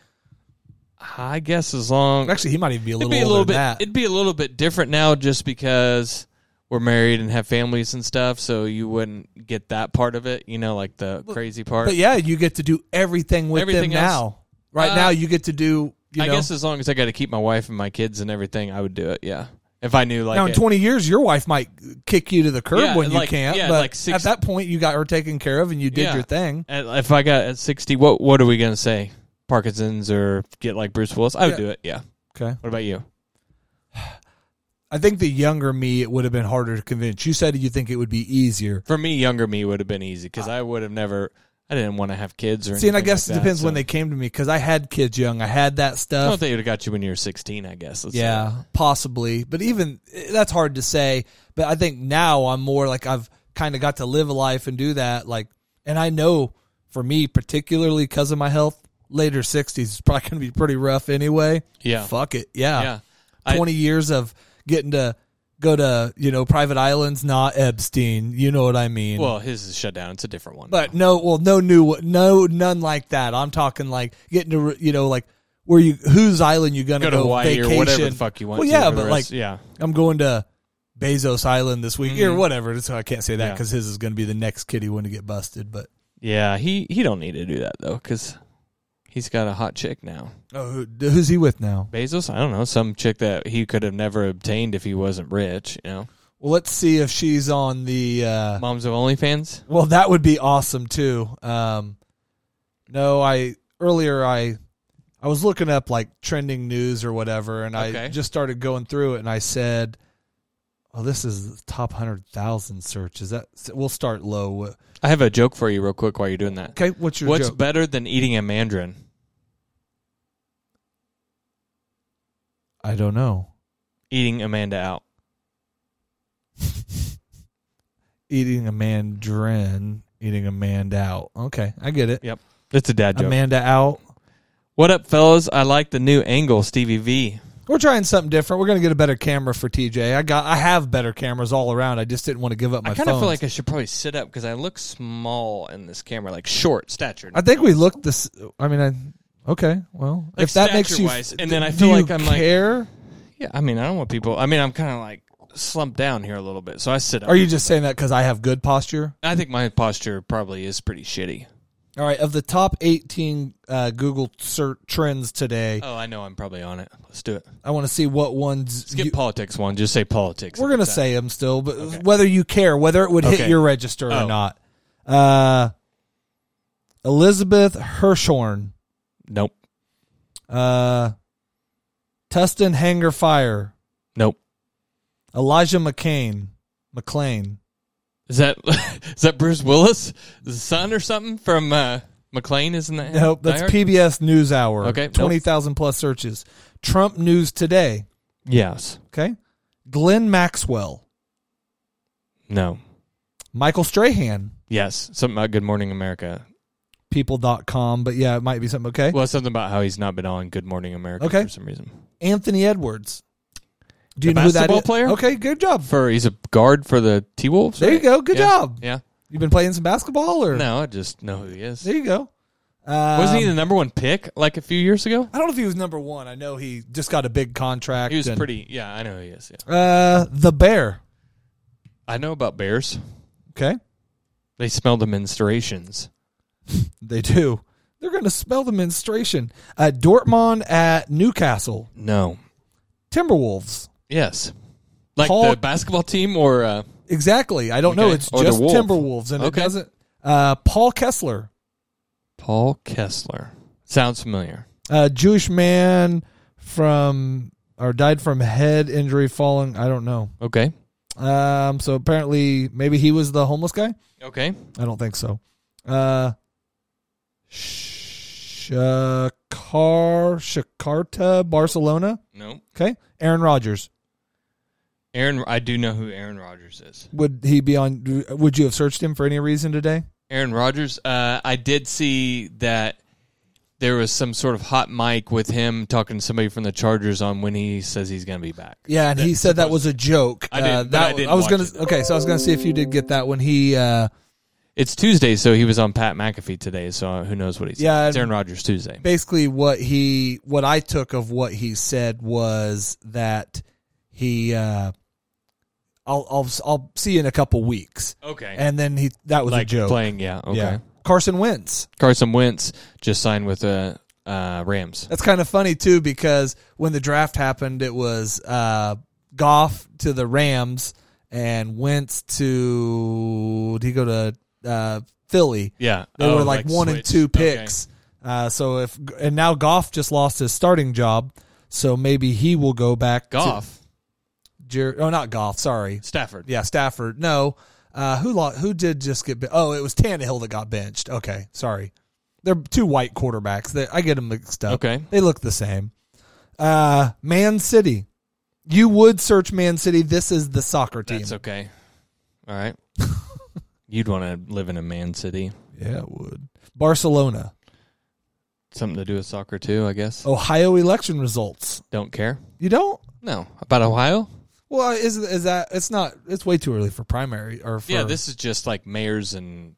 S8: I guess as long
S7: Actually, he might even be a
S8: it'd
S7: little
S8: be a
S7: older
S8: little
S7: than
S8: bit
S7: that.
S8: it'd be a little bit different now just because we're married and have families and stuff, so you wouldn't get that part of it, you know, like the crazy part.
S7: but yeah, you get to do everything with
S8: Everything
S7: them
S8: else-
S7: now. Right
S8: Uh,
S7: now, you get to do. You
S8: I
S7: know,
S8: guess as long as I got to keep my wife and my kids and everything, I would do it. Yeah, if I knew like
S7: now in
S8: it-
S7: 20 years your wife might kick you to the curb
S8: Yeah,
S7: when you
S8: like-
S7: can't
S8: yeah,
S7: but
S8: like six-
S7: at that point you got her taken care of and you did
S8: Yeah.
S7: your thing
S8: at- if I got at sixty, what what are we gonna say? Parkinson's or get like Bruce Willis? I would
S7: Yeah.
S8: do it. Yeah.
S7: okay
S8: What about you?
S7: i think the younger me it would have been harder to convince you said you think it would be easier
S8: For me, younger me would have been easy because I would have never. I didn't want to have kids or.
S7: Uh, see and i
S8: anything
S7: guess
S8: like
S7: it
S8: that,
S7: depends
S8: so-
S7: when they came to me because i had kids young i had that
S8: I
S7: stuff
S8: don't think it would have got you when you were sixteen. I guess. Let's
S7: yeah
S8: say.
S7: possibly but even that's hard to say but i think now i'm more like i've kind of got to live a life and do that like and i know for me particularly because of my health later 60s is probably going to be pretty rough anyway
S8: Yeah.
S7: fuck it
S8: Yeah. I-
S7: 20 years of getting to go to you know private islands not epstein you know what i mean
S8: Well, his is shut down. It's a different one.
S7: but no well no new no none like that i'm talking like getting to you know like where you whose island you gonna
S8: go
S7: go,
S8: to Hawaii
S7: vacation
S8: or whatever the fuck you want.
S7: well
S8: to
S7: yeah
S8: for the
S7: but
S8: rest-
S7: like
S8: yeah, Mm-hmm.
S7: i'm going to bezos island this week or whatever so i can't say that
S8: Yeah.
S7: because his is gonna be the next kitty when to get busted but
S8: yeah. He he don't need to do that though because he's got a hot chick now.
S7: oh who, who's he with now
S8: Bezos, I don't know, some chick that he could have never obtained if he wasn't rich, you know.
S7: well let's see if she's on the uh
S8: Moms of OnlyFans?
S7: Well, that would be awesome too. Um, no, I earlier I I was looking up like trending news or whatever, and I
S8: Okay.
S7: just started going through it, and I said, "Oh, this is the top hundred thousand searches." That we'll start low.
S8: I have a joke for you real quick while you're doing that.
S7: Okay, what's your
S8: What's
S7: joke?
S8: better than eating a mandarin?
S7: I don't know.
S8: Eating Amanda out.
S7: Eating a mandarin, eating a mand out. Okay, I get it.
S8: Yep. It's a dad joke.
S7: Amanda out.
S8: what up, fellas? I like the new angle, Stevie V.
S7: We're trying something different. We're gonna get a better camera for TJ. I got. I have better cameras all around. I just didn't want to give up my.
S8: I kind of
S7: phones.
S8: feel like I should probably sit up because I look small in this camera, like short, statured.
S7: I think we looked this. I mean, I okay. Well,
S8: Like
S7: if that makes you,
S8: stature-wise, and then I
S7: do
S8: feel like
S7: you
S8: I'm like-
S7: care?
S8: yeah, I mean, I don't want people. I mean, I'm kind of like slumped down here a little bit, so I sit up.
S7: Are you just saying that because I have good posture?
S8: I think my posture probably is pretty shitty.
S7: All right, of the top 18 uh, Google ser- trends today,
S8: Oh, I know. I'm probably on it. Let's do it.
S7: I want to see what ones
S8: Skip
S7: you-
S8: politics one. Just say politics.
S7: we're going to say them still, but whether you care, whether it would hit
S8: Okay.
S7: your register or
S8: Oh.
S7: not. Uh, Elizabeth Hirschhorn,
S8: Nope.
S7: uh, Tustin Hanger Fire,
S8: Nope.
S7: Elijah McCain, McLean.
S8: Is that is that Bruce Willis, the son or something from uh, McLean? Isn't that? him?
S7: Nope, that's
S8: Die Hard?
S7: PBS NewsHour.
S8: Okay, nope.
S7: 20,000 plus searches. Trump News Today.
S8: Yes.
S7: Okay. Glenn Maxwell,
S8: No.
S7: Michael Strahan,
S8: Yes. Something about Good Morning America.
S7: people.com, but yeah, it might be something. Okay.
S8: Well, something about how he's not been on Good Morning America
S7: Okay.
S8: for some reason.
S7: Anthony Edwards. Do you
S8: The
S7: know who that
S8: basketball
S7: is?
S8: player?
S7: Okay, good job.
S8: For he's a guard for the T Wolves.
S7: There you go. Good
S8: yeah.
S7: job.
S8: Yeah.
S7: You've been playing some basketball or?
S8: No, I just know who he is.
S7: There you go. Um,
S8: Wasn't he the number one pick like a few years ago?
S7: I don't know if he was number one. I know he just got a big contract.
S8: He was
S7: and-
S8: pretty. Yeah, I know who he is. Yeah.
S7: Uh, the bear.
S8: I know about bears.
S7: Okay,
S8: They smell the menstruations.
S7: they do. They're going to smell the menstruation. Uh, Dortmund at Newcastle.
S8: No.
S7: Timberwolves.
S8: Yes. Like
S7: Paul-
S8: the basketball team or uh,
S7: Exactly. I don't know.
S8: Okay.
S7: It's
S8: Or the
S7: just
S8: wolf.
S7: Timberwolves, and
S8: Okay.
S7: it doesn't. Uh, Paul Kessler,
S8: Paul Kessler. Sounds familiar.
S7: a Jewish man from or died from head injury falling. I don't know.
S8: Okay.
S7: Um, so apparently, maybe he was the homeless guy.
S8: Okay.
S7: I don't think so. Uh, Shakar Shakarta Barcelona.
S8: No.
S7: Okay, Aaron Rodgers.
S8: Aaron I do know who Aaron Rodgers is.
S7: Would he be on? Would you have searched him for any reason today?
S8: Aaron Rodgers, uh, I did see that there was some sort of hot mic with him talking to somebody from the Chargers on when he says he's going to be back.
S7: Yeah, and he said that was a joke.
S8: I didn't,
S7: Uh,
S8: but
S7: that
S8: I didn't
S7: was
S8: watch
S7: gonna.
S8: it.
S7: Okay, so I was gonna see if you did get that when he. Uh,
S8: It's Tuesday, so he was on Pat McAfee today, so who knows what he said.
S7: Yeah,
S8: it's Aaron Rodgers Tuesday.
S7: basically, what he, what I took of what he said was that he. Uh, I'll, I'll, I'll see you in a couple weeks,
S8: Okay.
S7: and then he. That was
S8: like
S7: a joke.
S8: playing, yeah. Okay.
S7: Yeah. Carson Wentz.
S8: Carson Wentz just signed with the uh, uh, Rams.
S7: That's kind of funny too because when the draft happened, it was uh, Goff to the Rams and Wentz to did he go to uh, Philly?
S8: Yeah.
S7: They
S8: Oh,
S7: were like, one and
S8: switched.
S7: two
S8: Okay.
S7: picks. Uh, so if and now Goff just lost his starting job, so maybe he will go back. to-
S8: Goff.
S7: Jer- oh, not Goff. Sorry.
S8: Stafford.
S7: Yeah, Stafford. No. Uh, who lo- who did just get? ben- Oh, it was Tannehill that got benched. Okay, sorry. They're two white quarterbacks. They, I get them mixed up.
S8: Okay.
S7: they look the same. Uh, Man City. You would search Man City. This is the soccer team.
S8: That's okay. All right. You'd want to live in a man city.
S7: yeah, it would. Barcelona.
S8: Something to do with soccer too, I
S7: Oh.
S8: guess.
S7: Ohio election results.
S8: Don't care.
S7: You don't?
S8: No. About Ohio?
S7: Well, is is that? It's not. It's way too early for primary or for
S8: Yeah, this is just like mayors and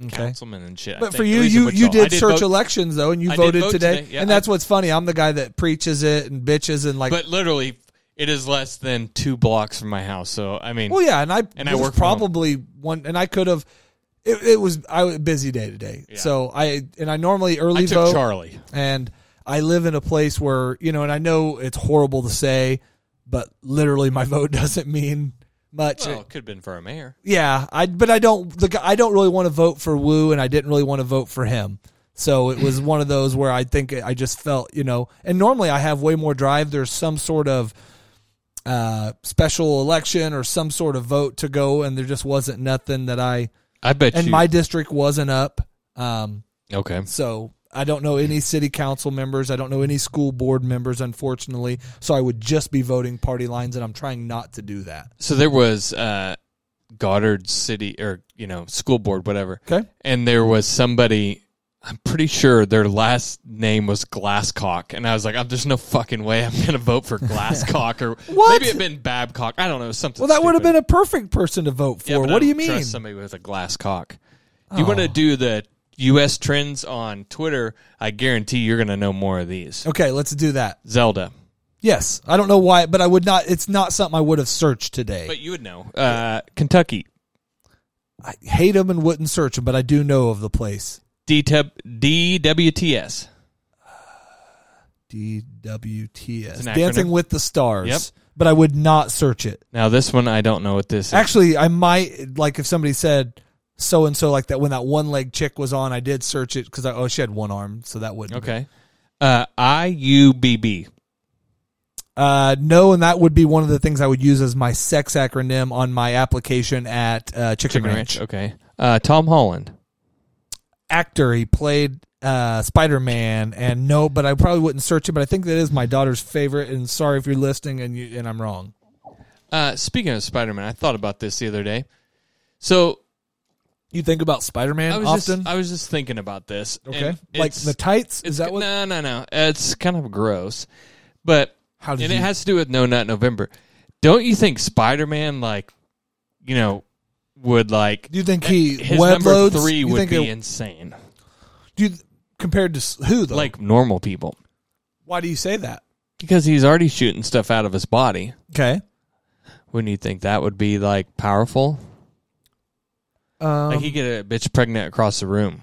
S7: Okay.
S8: councilmen and shit. I
S7: But
S8: think,
S7: for
S8: at
S7: you,
S8: least in
S7: you, you
S8: Wichita. I
S7: did search
S8: vote,
S7: elections though, and you
S8: I did
S7: voted
S8: vote
S7: today,
S8: today. Yeah,
S7: and that's
S8: I-
S7: what's funny. I'm the guy that preaches it and bitches and like.
S8: But literally, it is less than two blocks from my house. So, I mean,
S7: well, yeah, and I
S8: And I
S7: was
S8: work from home.
S7: probably one, and I could have. It, it was I was a busy day today, so I and I normally early
S8: I took
S7: vote,
S8: Charlie.
S7: and I live in a place where you know, and I know it's horrible to say, but literally my vote doesn't mean much.
S8: Well, it could have been for a mayor.
S7: Yeah, I but I don't the guy- I don't really want to vote for Wu, and I didn't really want to vote for him. So it was one of those where I think I just felt you know, and normally I have way more drive. There's some sort of uh, special election or some sort of vote to go, and there just wasn't nothing that I
S8: I bet
S7: and
S8: you.
S7: my district wasn't up. Um,
S8: okay.
S7: so I don't know any city council members. I don't know any school board members, unfortunately. So I would just be voting party lines, and I'm trying not to do that.
S8: So there was uh, Goddard City or you know school board whatever.
S7: Okay.
S8: And there was somebody. I'm pretty sure their last name was Glasscock, and I was like, "I'm there's no fucking way I'm gonna vote for Glasscock or
S7: What?
S8: maybe it been Babcock. I don't know something.
S7: Well, that would have
S8: stupid.
S7: been a perfect person to vote for.
S8: Yeah, but I
S7: what do you
S8: don't
S7: mean? Oh.
S8: Trust somebody with a glass cock. You want to do the U.S. trends on Twitter? I guarantee you're going to know more of these.
S7: Okay, let's do that.
S8: Zelda,
S7: Yes, I don't know why, but I would not. It's not something I would have searched today.
S8: but you would know. Uh, Kentucky,
S7: I hate them and wouldn't search them, but I do know of the place.
S8: DW, DWTS.
S7: DWTS.
S8: an acronym.
S7: Dancing with the Stars.
S8: Yep.
S7: But I would not search it.
S8: Now this one I don't know what this is.
S7: Actually, I might like if somebody said so and so like that when that one leg chick was on, I did search it because I oh she had one arm, so that wouldn't be.
S8: okay. Uh, IUBB.
S7: Uh, no, and that would be one of the things I would use as my sex acronym on my application at uh, Chicken,
S8: Chicken
S7: Ranch.
S8: Ranch. Okay. Uh, Tom Holland.
S7: Actor, he played uh, Spider Man, and no, but I probably wouldn't search it. But I think that is my daughter's favorite. And sorry if you're listening and you and I'm wrong.
S8: Uh, speaking of Spider Man, I thought about this the other day. So
S7: You think about Spider Man
S8: I was
S7: often,
S8: just I was just thinking about this.
S7: okay?
S8: and
S7: Like
S8: it's-
S7: the tights?
S8: It's
S7: Is that what?
S8: No, no, no. It's kind of gross, but
S7: How did
S8: and
S7: you-
S8: it has to do with No Nut November. Don't you think Spider Man, like, you know, would like
S7: Do you think he
S8: his
S7: web
S8: number
S7: loads?
S8: three
S7: You
S8: would
S7: think
S8: be
S7: it-
S8: insane,
S7: do you, compared to s- who though?
S8: like normal people,
S7: why do you say that?
S8: because he's already shooting stuff out of his body.
S7: Okay,
S8: Wouldn't you think that would be like powerful?
S7: um,
S8: like he get a bitch pregnant across the room.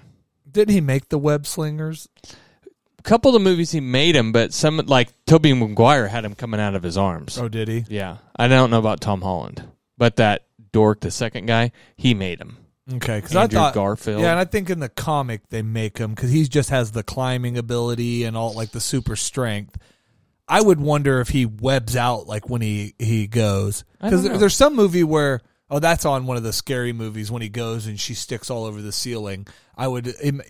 S7: didn't he make the web slingers?
S8: A couple of the movies he made him, but some like Toby Maguire had him coming out of his arms.
S7: Oh, did he?
S8: Yeah, I don't know about Tom Holland, but that dork, the second guy, he made him.
S7: Okay, because I
S8: Andrew
S7: thought
S8: Garfield.
S7: Yeah, and I think in the comic they make him because he just has the climbing ability and all like the super strength. I would wonder if he webs out like when he he goes
S8: I
S7: because
S8: don't know.
S7: there's some movie where oh that's on one of the scary movies when he goes and she sticks all over the ceiling. I would im-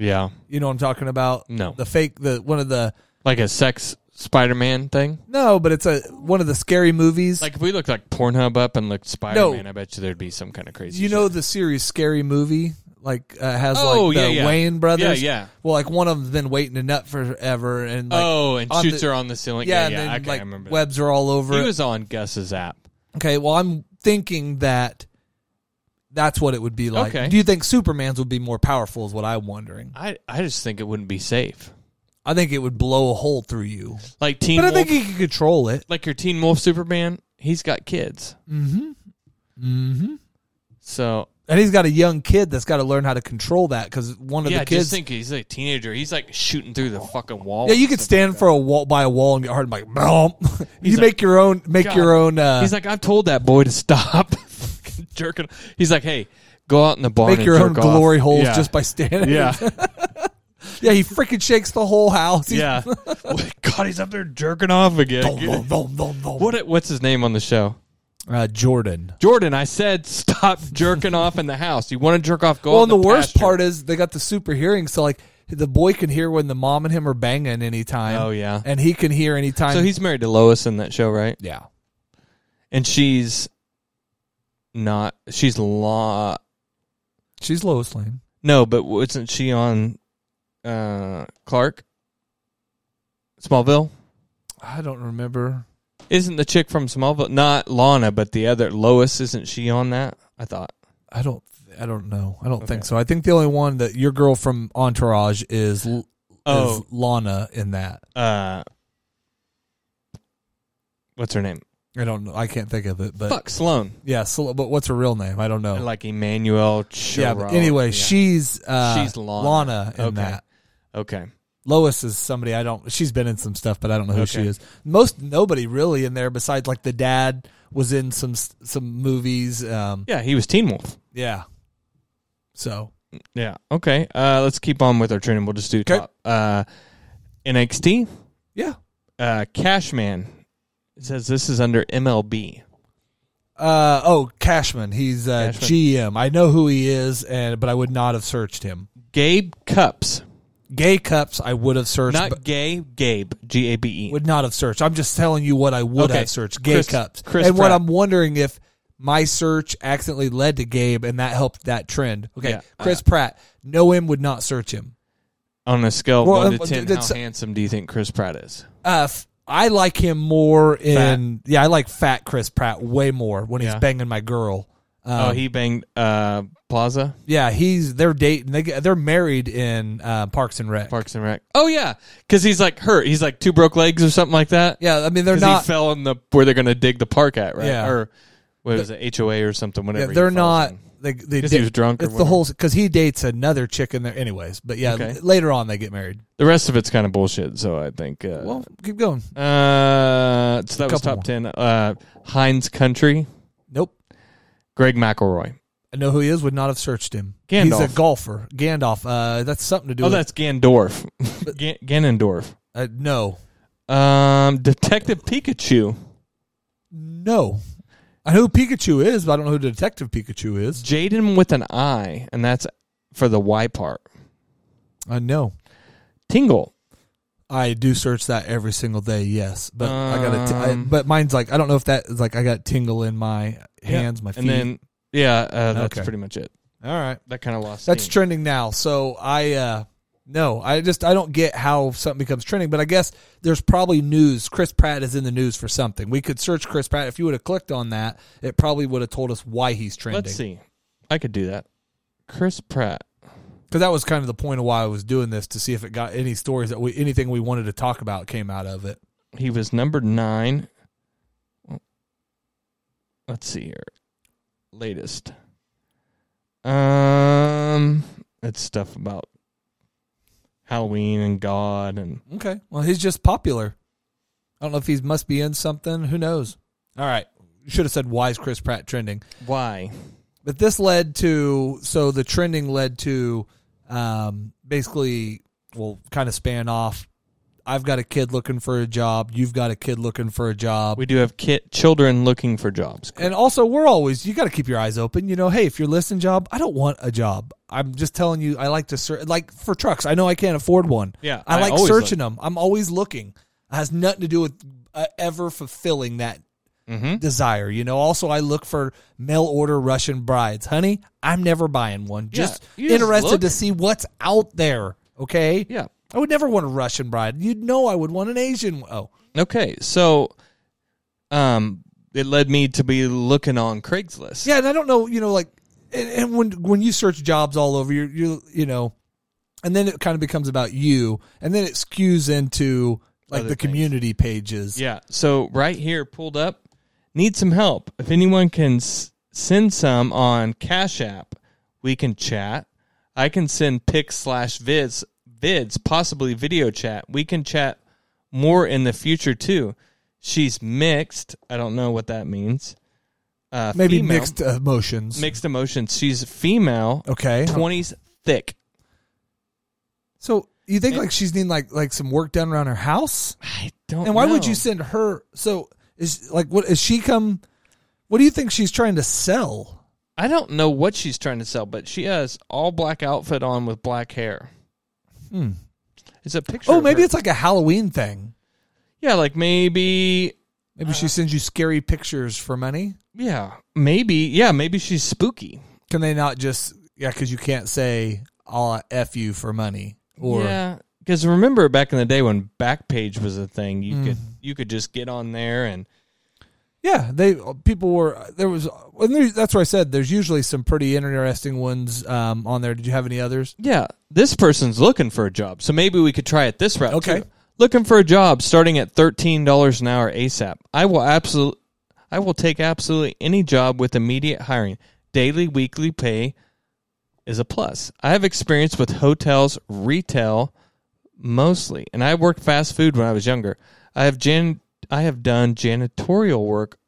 S8: Yeah,
S7: you know what I'm talking about
S8: No.
S7: the fake the one of the
S8: like a sex Spider-Man thing.
S7: no but it's a one of the scary movies
S8: Like if we looked like Pornhub up and looked Spider-Man, I bet you there'd be some kind of crazy.
S7: you know
S8: shit.
S7: the series Scary Movie? Like uh, has
S8: Oh,
S7: like the
S8: yeah, yeah.
S7: Wayne brothers.
S8: Yeah, yeah.
S7: Well, like one of them's been waiting to nut forever, and like,
S8: oh, and
S7: on
S8: shoots
S7: the-
S8: her on the ceiling.
S7: yeah,
S8: Yeah, yeah,
S7: and then
S8: okay, I
S7: like
S8: remember.
S7: webs are all over.
S8: that. He
S7: it.
S8: was on Gus's app.
S7: okay, well, I'm thinking that that's what it would be like.
S8: Okay.
S7: Do you think Superman's would be more powerful? Is what I'm wondering.
S8: I I just think it wouldn't be safe.
S7: I think it would blow a hole through you,
S8: Like Teen
S7: but I
S8: Wolf,
S7: think he could control it.
S8: like your Teen Wolf Superman, he's got kids. Mm-hmm. Mm-hmm.
S7: Mm-hmm.
S8: So
S7: And he's got a young kid that's got to learn how to control that because one of
S8: yeah,
S7: the kids.
S8: just think he's a teenager. He's like shooting through the fucking wall.
S7: yeah, you
S8: and
S7: could
S8: stuff
S7: stand
S8: like
S7: for a wall by a wall and get hard. like, boom. you
S8: He's
S7: make
S8: like,
S7: your own. Make
S8: God.
S7: your own. Uh,
S8: He's like, I've told that boy to stop Fucking jerking. He's like, hey, go out in the barn
S7: make
S8: and
S7: your own
S8: jerk off."
S7: glory holes
S8: Yeah.
S7: just by standing.
S8: yeah,
S7: yeah. He freaking shakes the whole house. He's-
S8: yeah. God, he's up there jerking off again.
S7: Boom, boom, boom, boom, boom.
S8: What? What's his name on the show?
S7: Uh, Jordan.
S8: Jordan. I said stop jerking off in the house. You want to jerk off? Go.
S7: Well,
S8: out
S7: and the,
S8: in the,
S7: worst
S8: pasture.
S7: part is they got the super hearing, so like the boy can hear when the mom and him are banging anytime.
S8: Oh, yeah.
S7: and he can hear anytime.
S8: So he's married to Lois in that show, right?
S7: yeah.
S8: And she's not. She's law.
S7: She's Lois Lane.
S8: No, but wasn't she on uh, Clark? Smallville.
S7: I don't remember.
S8: Isn't the chick from Smallville not Lana, but the other Lois? Isn't she on that? I thought.
S7: I don't. I don't know. I don't think so. I think the only one that your girl from Entourage is, L-
S8: Oh.
S7: is Lana in that.
S8: Uh, what's her name?
S7: I don't. know. I can't think of it. But
S8: Fuck Sloan.
S7: yeah. So, but what's her real name? I don't know.
S8: Like Emmanuel.
S7: yeah.
S8: Chirot.
S7: But anyway,
S8: Yeah.
S7: she's uh,
S8: She's Lana.
S7: in
S8: Okay.
S7: that.
S8: okay.
S7: Lois is somebody I don't. She's been in some stuff, but I don't know who she
S8: Okay.
S7: is. Most nobody really in there besides like the dad was in some some movies. Um,
S8: Yeah, he was Teen Wolf.
S7: yeah. So
S8: Yeah. Okay. Uh, let's keep on with our training. We'll just do
S7: Okay.
S8: top. Uh, NXT.
S7: yeah.
S8: Uh, Cashman It says this is under MLB.
S7: Uh, oh, Cashman. He's uh,
S8: Cashman.
S7: GM. I know who he is, and but I would not have searched him.
S8: Gabe Cups,
S7: Gay cups. I would have searched.
S8: not
S7: but
S8: gay. Gabe. G A B E.
S7: would not have searched. I'm just telling you what I would
S8: Okay.
S7: have searched. Gay
S8: Chris-
S7: cups.
S8: Chris
S7: and what
S8: Pratt.
S7: I'm wondering if my search accidentally led to Gabe, and that helped that trend. Okay,
S8: Yeah. Uh,
S7: Chris Pratt. Know him. Would not search him.
S8: On a scale of
S7: Well,
S8: one
S7: um,
S8: to ten,
S7: that's-
S8: how handsome do you think Chris Pratt is?
S7: Uh, f- I like him more in yeah. I like fat Chris Pratt way more when he's
S8: Yeah.
S7: banging my girl. Um,
S8: oh, he banged uh, Plaza
S7: yeah, he's they're dating. They get- they're married in uh, Parks and Rec.
S8: Parks and Rec. Oh yeah, because he's like hurt. He's like two broke legs or something like that.
S7: Yeah, I mean they're
S8: 'Cause
S7: not.
S8: he fell in the where they're gonna dig the park at, right?
S7: Yeah.
S8: Or what was it, HOA or something?
S7: yeah,
S8: Whatever. he
S7: they're
S8: falls
S7: not.
S8: in.
S7: they they
S8: 'Cause he was drunk or
S7: It's the
S8: whatever.
S7: whole because he dates another chick in there, anyways. But yeah,
S8: Okay.
S7: later on they get married.
S8: The rest of it's kind of bullshit. So I think. Uh,
S7: Well, keep going.
S8: uh, so that was
S7: Couple
S8: top
S7: more.
S8: ten. Uh, Heinz Country,
S7: Nope,
S8: Greg McElroy.
S7: I know who he is. Would not have searched him. He's
S8: Gandalf.
S7: a golfer. Gandalf. Uh, that's something to do.
S8: Oh,
S7: with,
S8: that's Gandorf. Gan- Ganondorf.
S7: uh, no,
S8: Um, Detective Pikachu,
S7: no. I know who Pikachu is, but I don't know who Detective Pikachu is.
S8: Jaden with an I, and that's for the Y part.
S7: I know.
S8: Tingle.
S7: I do search that every single day. Yes, but I got to.
S8: Um,
S7: but mine's like I don't know if that is like I got tingle in my hands,
S8: Yeah.
S7: my feet.
S8: And then yeah, uh, that's
S7: Okay.
S8: pretty much it.
S7: all right,
S8: That kind of lost.
S7: that's
S8: steam.
S7: trending now. So I uh no, I just I don't get how something becomes trending, but I guess there's probably news. Chris Pratt is in the news for something. We could search Chris Pratt. If you would have clicked on that, it probably would have told us why he's trending.
S8: Let's see. I could do that. Chris Pratt.
S7: because that was kind of the point of why I was doing this to see if it got any stories that we anything we wanted to talk about came out of it.
S8: He was number nine. Let's see here. Latest. Um, it's stuff about Halloween and God and
S7: Okay, well he's just popular. I don't know if he must be in something. Who knows? All right, you should have said why is Chris Pratt trending?
S8: why.
S7: But this led to so the trending led to um, basically well kind of span off. I've got a kid looking for a job. You've got a kid looking for a job.
S8: We do have kid, children looking for jobs.
S7: and also, we're always you got to keep your eyes open. You know, hey, if you're listening, job, I don't want a job. I'm just telling you, I like to search like for trucks. I know I can't afford one.
S8: Yeah,
S7: I,
S8: I
S7: like
S8: always
S7: searching them. I'm always looking. It has nothing to do with uh, ever fulfilling that
S8: Mm-hmm.
S7: desire. You know, also I look for mail order Russian brides. Honey, I'm never buying one. Just
S8: you just
S7: interested
S8: look.
S7: to see what's out there. Okay.
S8: Yeah.
S7: I would never want a Russian bride. You'd know I would want an Asian. Oh,
S8: Okay, so um, it led me to be looking on Craigslist.
S7: yeah. And I don't know, you know, like, and, and when when you search jobs all over, you're you you know, and then it kind of becomes about you, and then it skews into like
S8: Other
S7: the
S8: things.
S7: community pages.
S8: Yeah. So right here, pulled up. Need some help. If anyone can s- send some on Cash App, we can chat. I can send pics slash vids, vids, possibly video chat. We can chat more in the future too. She's mixed. I don't know what that means. Uh,
S7: Maybe
S8: female.
S7: mixed emotions.
S8: mixed emotions. She's female.
S7: Okay.
S8: Twenties thick.
S7: So you think like she's needing like like some work done around her house?
S8: I don't.
S7: And why would
S8: know.
S7: you send her? So is like what is she come? What do you think she's trying to sell?
S8: I don't know what she's trying to sell, but she has all black outfit on with black hair. Hmm. It's a picture.
S7: oh, maybe it's like a Halloween thing.
S8: yeah, like maybe
S7: Maybe she sends you scary pictures for money.
S8: yeah, maybe yeah, maybe she's spooky.
S7: Can they not just yeah? Because you can't say I'll f you for money or
S8: yeah, because remember back in the day when Backpage was a thing,
S7: Hmm.
S8: you could you could just get on there and
S7: Yeah, they people were there was and there, that's where I said there's usually some pretty interesting ones um, on there. Did you have any others?
S8: yeah, this person's looking for a job, so maybe we could try it this route.
S7: Okay.
S8: too. looking for a job starting at thirteen dollars an hour ASAP. I will absolutely, I will take absolutely any job with immediate hiring. Daily, weekly pay is a plus. I have experience with hotels, retail mostly, and I worked fast food when I was younger. I have jan, I have done janitorial work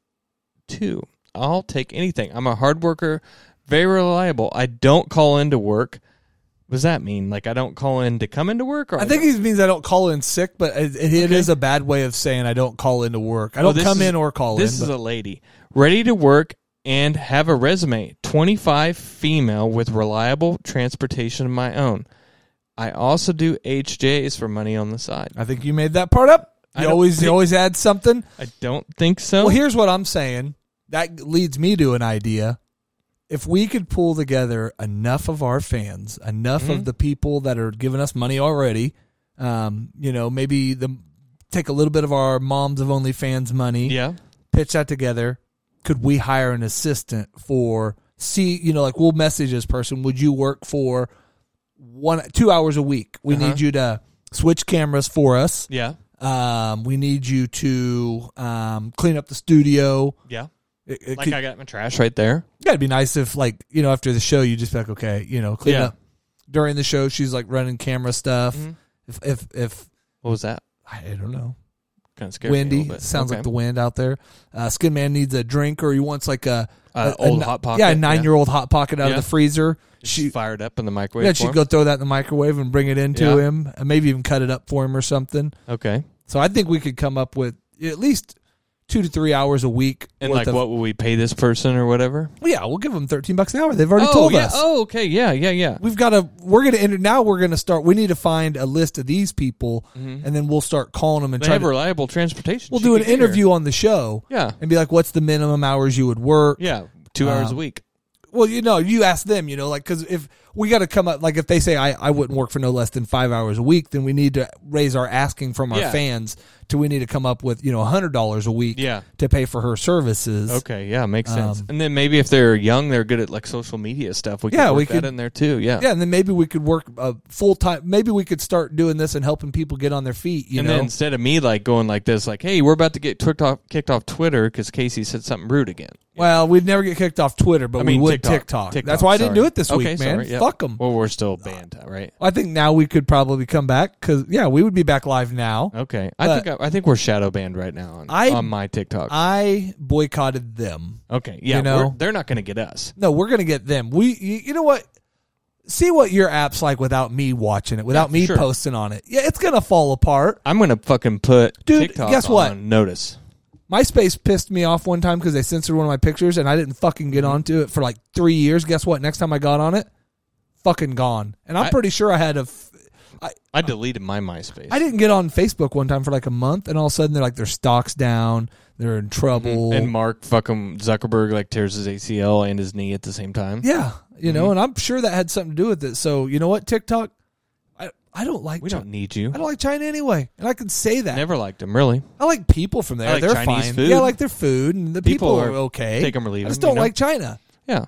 S8: too. I'll take anything. I'm a hard worker, very reliable. I don't call into work. What does that mean? Like I don't call in to come into work? Or
S7: I think he means I don't call in sick, but it, it it is a bad way of saying I don't call into work. I
S8: Oh,
S7: don't
S8: this
S7: come
S8: is-
S7: in or call
S8: This
S7: in.
S8: is
S7: but-
S8: a lady ready to work and have a resume. 25 female with reliable transportation of my own. I also do HJs for money on the side.
S7: I think you made that part up. You
S8: don't
S7: always you
S8: think-
S7: always add something.
S8: I don't think so.
S7: Well, here's what I'm saying. That leads me to an idea. If we could pull together enough of our fans, enough of the people that are giving us money already, um, you know, maybe the take a little bit of our moms of only fans money,
S8: yeah.
S7: pitch that together. Could we hire an assistant for see, you know, like we'll message this person, would you work for one two hours a week? We need you to switch cameras for us.
S8: Yeah.
S7: Um, we need you to um, clean up the studio.
S8: Yeah.
S7: It, it
S8: Like
S7: could-
S8: I got my trash right there.
S7: Yeah, it'd be nice if like you know after the show you just be like okay you know clean
S8: Yeah. Mm-hmm.
S7: up during the show she's like running camera stuff if if if
S8: What was that?
S7: I don't know
S8: Kind of scary.
S7: windy sounds like the wind out there. Uh, Skin man needs a drink or he wants like a,
S8: Uh,
S7: a- a
S8: old
S7: ni-
S8: Hot Pocket,
S7: yeah
S8: yeah.
S7: a nine year old hot pocket out
S8: Yeah.
S7: of the freezer.
S8: she
S7: She
S8: fired up in the microwave.
S7: yeah
S8: for
S7: she'd
S8: him.
S7: go throw that in the microwave and bring it into
S8: Yeah.
S7: him and maybe even cut it up for him or something.
S8: Okay.
S7: So I think we could come up with at least two to three hours a week.
S8: And
S7: worth
S8: like,
S7: of-
S8: what will we pay this person or whatever?
S7: Yeah, we'll give them thirteen bucks an hour. They've already
S8: oh,
S7: told
S8: yeah.
S7: us.
S8: Oh, okay. Yeah, yeah, yeah.
S7: we've got to we're going to enter now we're going to start we need to find a list of these people and then we'll start calling them and
S8: Mm-hmm.
S7: try
S8: They have
S7: to,
S8: reliable transportation.
S7: we'll
S8: She
S7: do an
S8: could get here.
S7: interview on the show
S8: Yeah.
S7: and be like what's the minimum hours you would work
S8: Yeah, two hours
S7: Um,
S8: a week.
S7: well you know you ask them you know like because if we got to come up like if they say I, I wouldn't work for no less than five hours a week then we need to raise our asking from our
S8: Yeah.
S7: fans to we need to come up with you know $100 a week
S8: Yeah.
S7: to pay for her services
S8: Okay, yeah, makes
S7: um,
S8: sense. and then maybe if they're young, they're good at like social media stuff. We could
S7: Yeah,
S8: work
S7: we
S8: that
S7: could-
S8: in there too. Yeah,
S7: yeah, and then maybe we could work a full time. Maybe we could start doing this and helping people get on their feet. You
S8: and
S7: know,
S8: then instead of me like going like this, like, "Hey, we're about to get kicked off, kicked off Twitter because Casey said something rude again."
S7: Well, we'd never get kicked off Twitter, but
S8: I mean,
S7: we would
S8: TikTok.
S7: TikTok. That's
S8: TikTok,
S7: why I didn't
S8: sorry.
S7: do it this
S8: Okay,
S7: week, man.
S8: sorry, yeah.
S7: Fuck them.
S8: Well, we're still banned, right?
S7: I think now we could probably come back because yeah, we would be back live now.
S8: Okay, I
S7: But-
S8: think I, I think we're shadow banned right now on,
S7: I-
S8: on my TikTok.
S7: I boycotted them.
S8: okay, yeah,
S7: you know-
S8: we're- they're not going to get us.
S7: No, we're gonna get them. We, you, you know what? See what your app's like without me watching it, without
S8: Yeah,
S7: me
S8: sure.
S7: posting on it. Yeah, it's gonna fall apart.
S8: I'm going to fucking put
S7: Dude,
S8: TikTok
S7: guess what?
S8: on notice.
S7: MySpace pissed me off one time because they censored one of my pictures, and I didn't fucking get
S8: Mm-hmm.
S7: onto it for like three years. Guess what? Next time I got on it, fucking gone. And I'm
S8: I-
S7: pretty sure I had a. F-
S8: I deleted my MySpace.
S7: I didn't get on Facebook one time for like a month, and all of a sudden they're like their stocks down, they're in trouble,
S8: Mm-hmm. and Mark fucking Zuckerberg like tears his ACL and his knee at the same time.
S7: yeah, you
S8: mm-hmm.
S7: know. And I'm sure that had something to do with it. So you know what, TikTok, I I don't like
S8: We
S7: Chi-
S8: don't need you.
S7: I don't like China anyway, and I can say that.
S8: Never liked him, really.
S7: I like people from there.
S8: I like
S7: they're
S8: Chinese
S7: fine.
S8: food.
S7: Yeah, I like their food, and the people,
S8: People
S7: are,
S8: are-
S7: okay.
S8: take 'em or leave
S7: I just
S8: 'em, you
S7: don't
S8: know?
S7: like China.
S8: Yeah.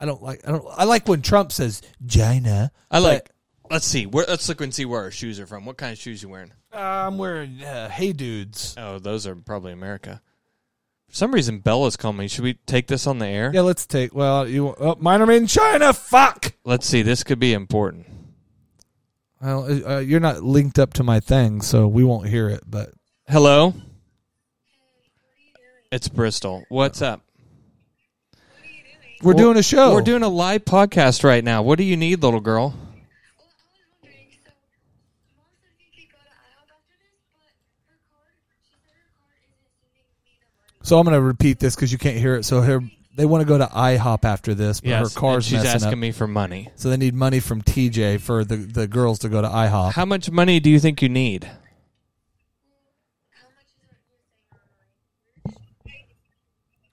S7: I don't like. I don't. I like when Trump says China.
S8: I
S7: but-
S8: like. let's see. Where, let's look and see where our shoes are from. What kind of shoes you wearing?
S7: I'm wearing uh, Hey Dudes.
S8: Oh, those are probably America. For some reason, Bella's calling me. Should we take this on the air?
S7: Yeah, let's take. Well, you oh, mine are in China. Fuck.
S8: Let's see. This could be important.
S7: Well, uh, you're not linked up to my thing, so we won't hear it. But
S8: Hello. It's Bristol. What's up?
S7: we're doing a show.
S8: We're doing a live podcast right now. What do you need, little girl?
S9: Well, I was wondering, so Mom said we could go to IHOP after this, but her card, she said her card isn't sending me the money.
S7: So I'm going to repeat this because you can't hear it. So her, they want to go to IHOP after this, but
S8: Yes,
S7: her car's
S8: and she's
S7: messing
S8: asking
S7: up.
S8: me for money.
S7: So they need money from TJ for the, the girls to go to IHOP.
S8: How much money do you think you need?
S9: How much is it you're saying online?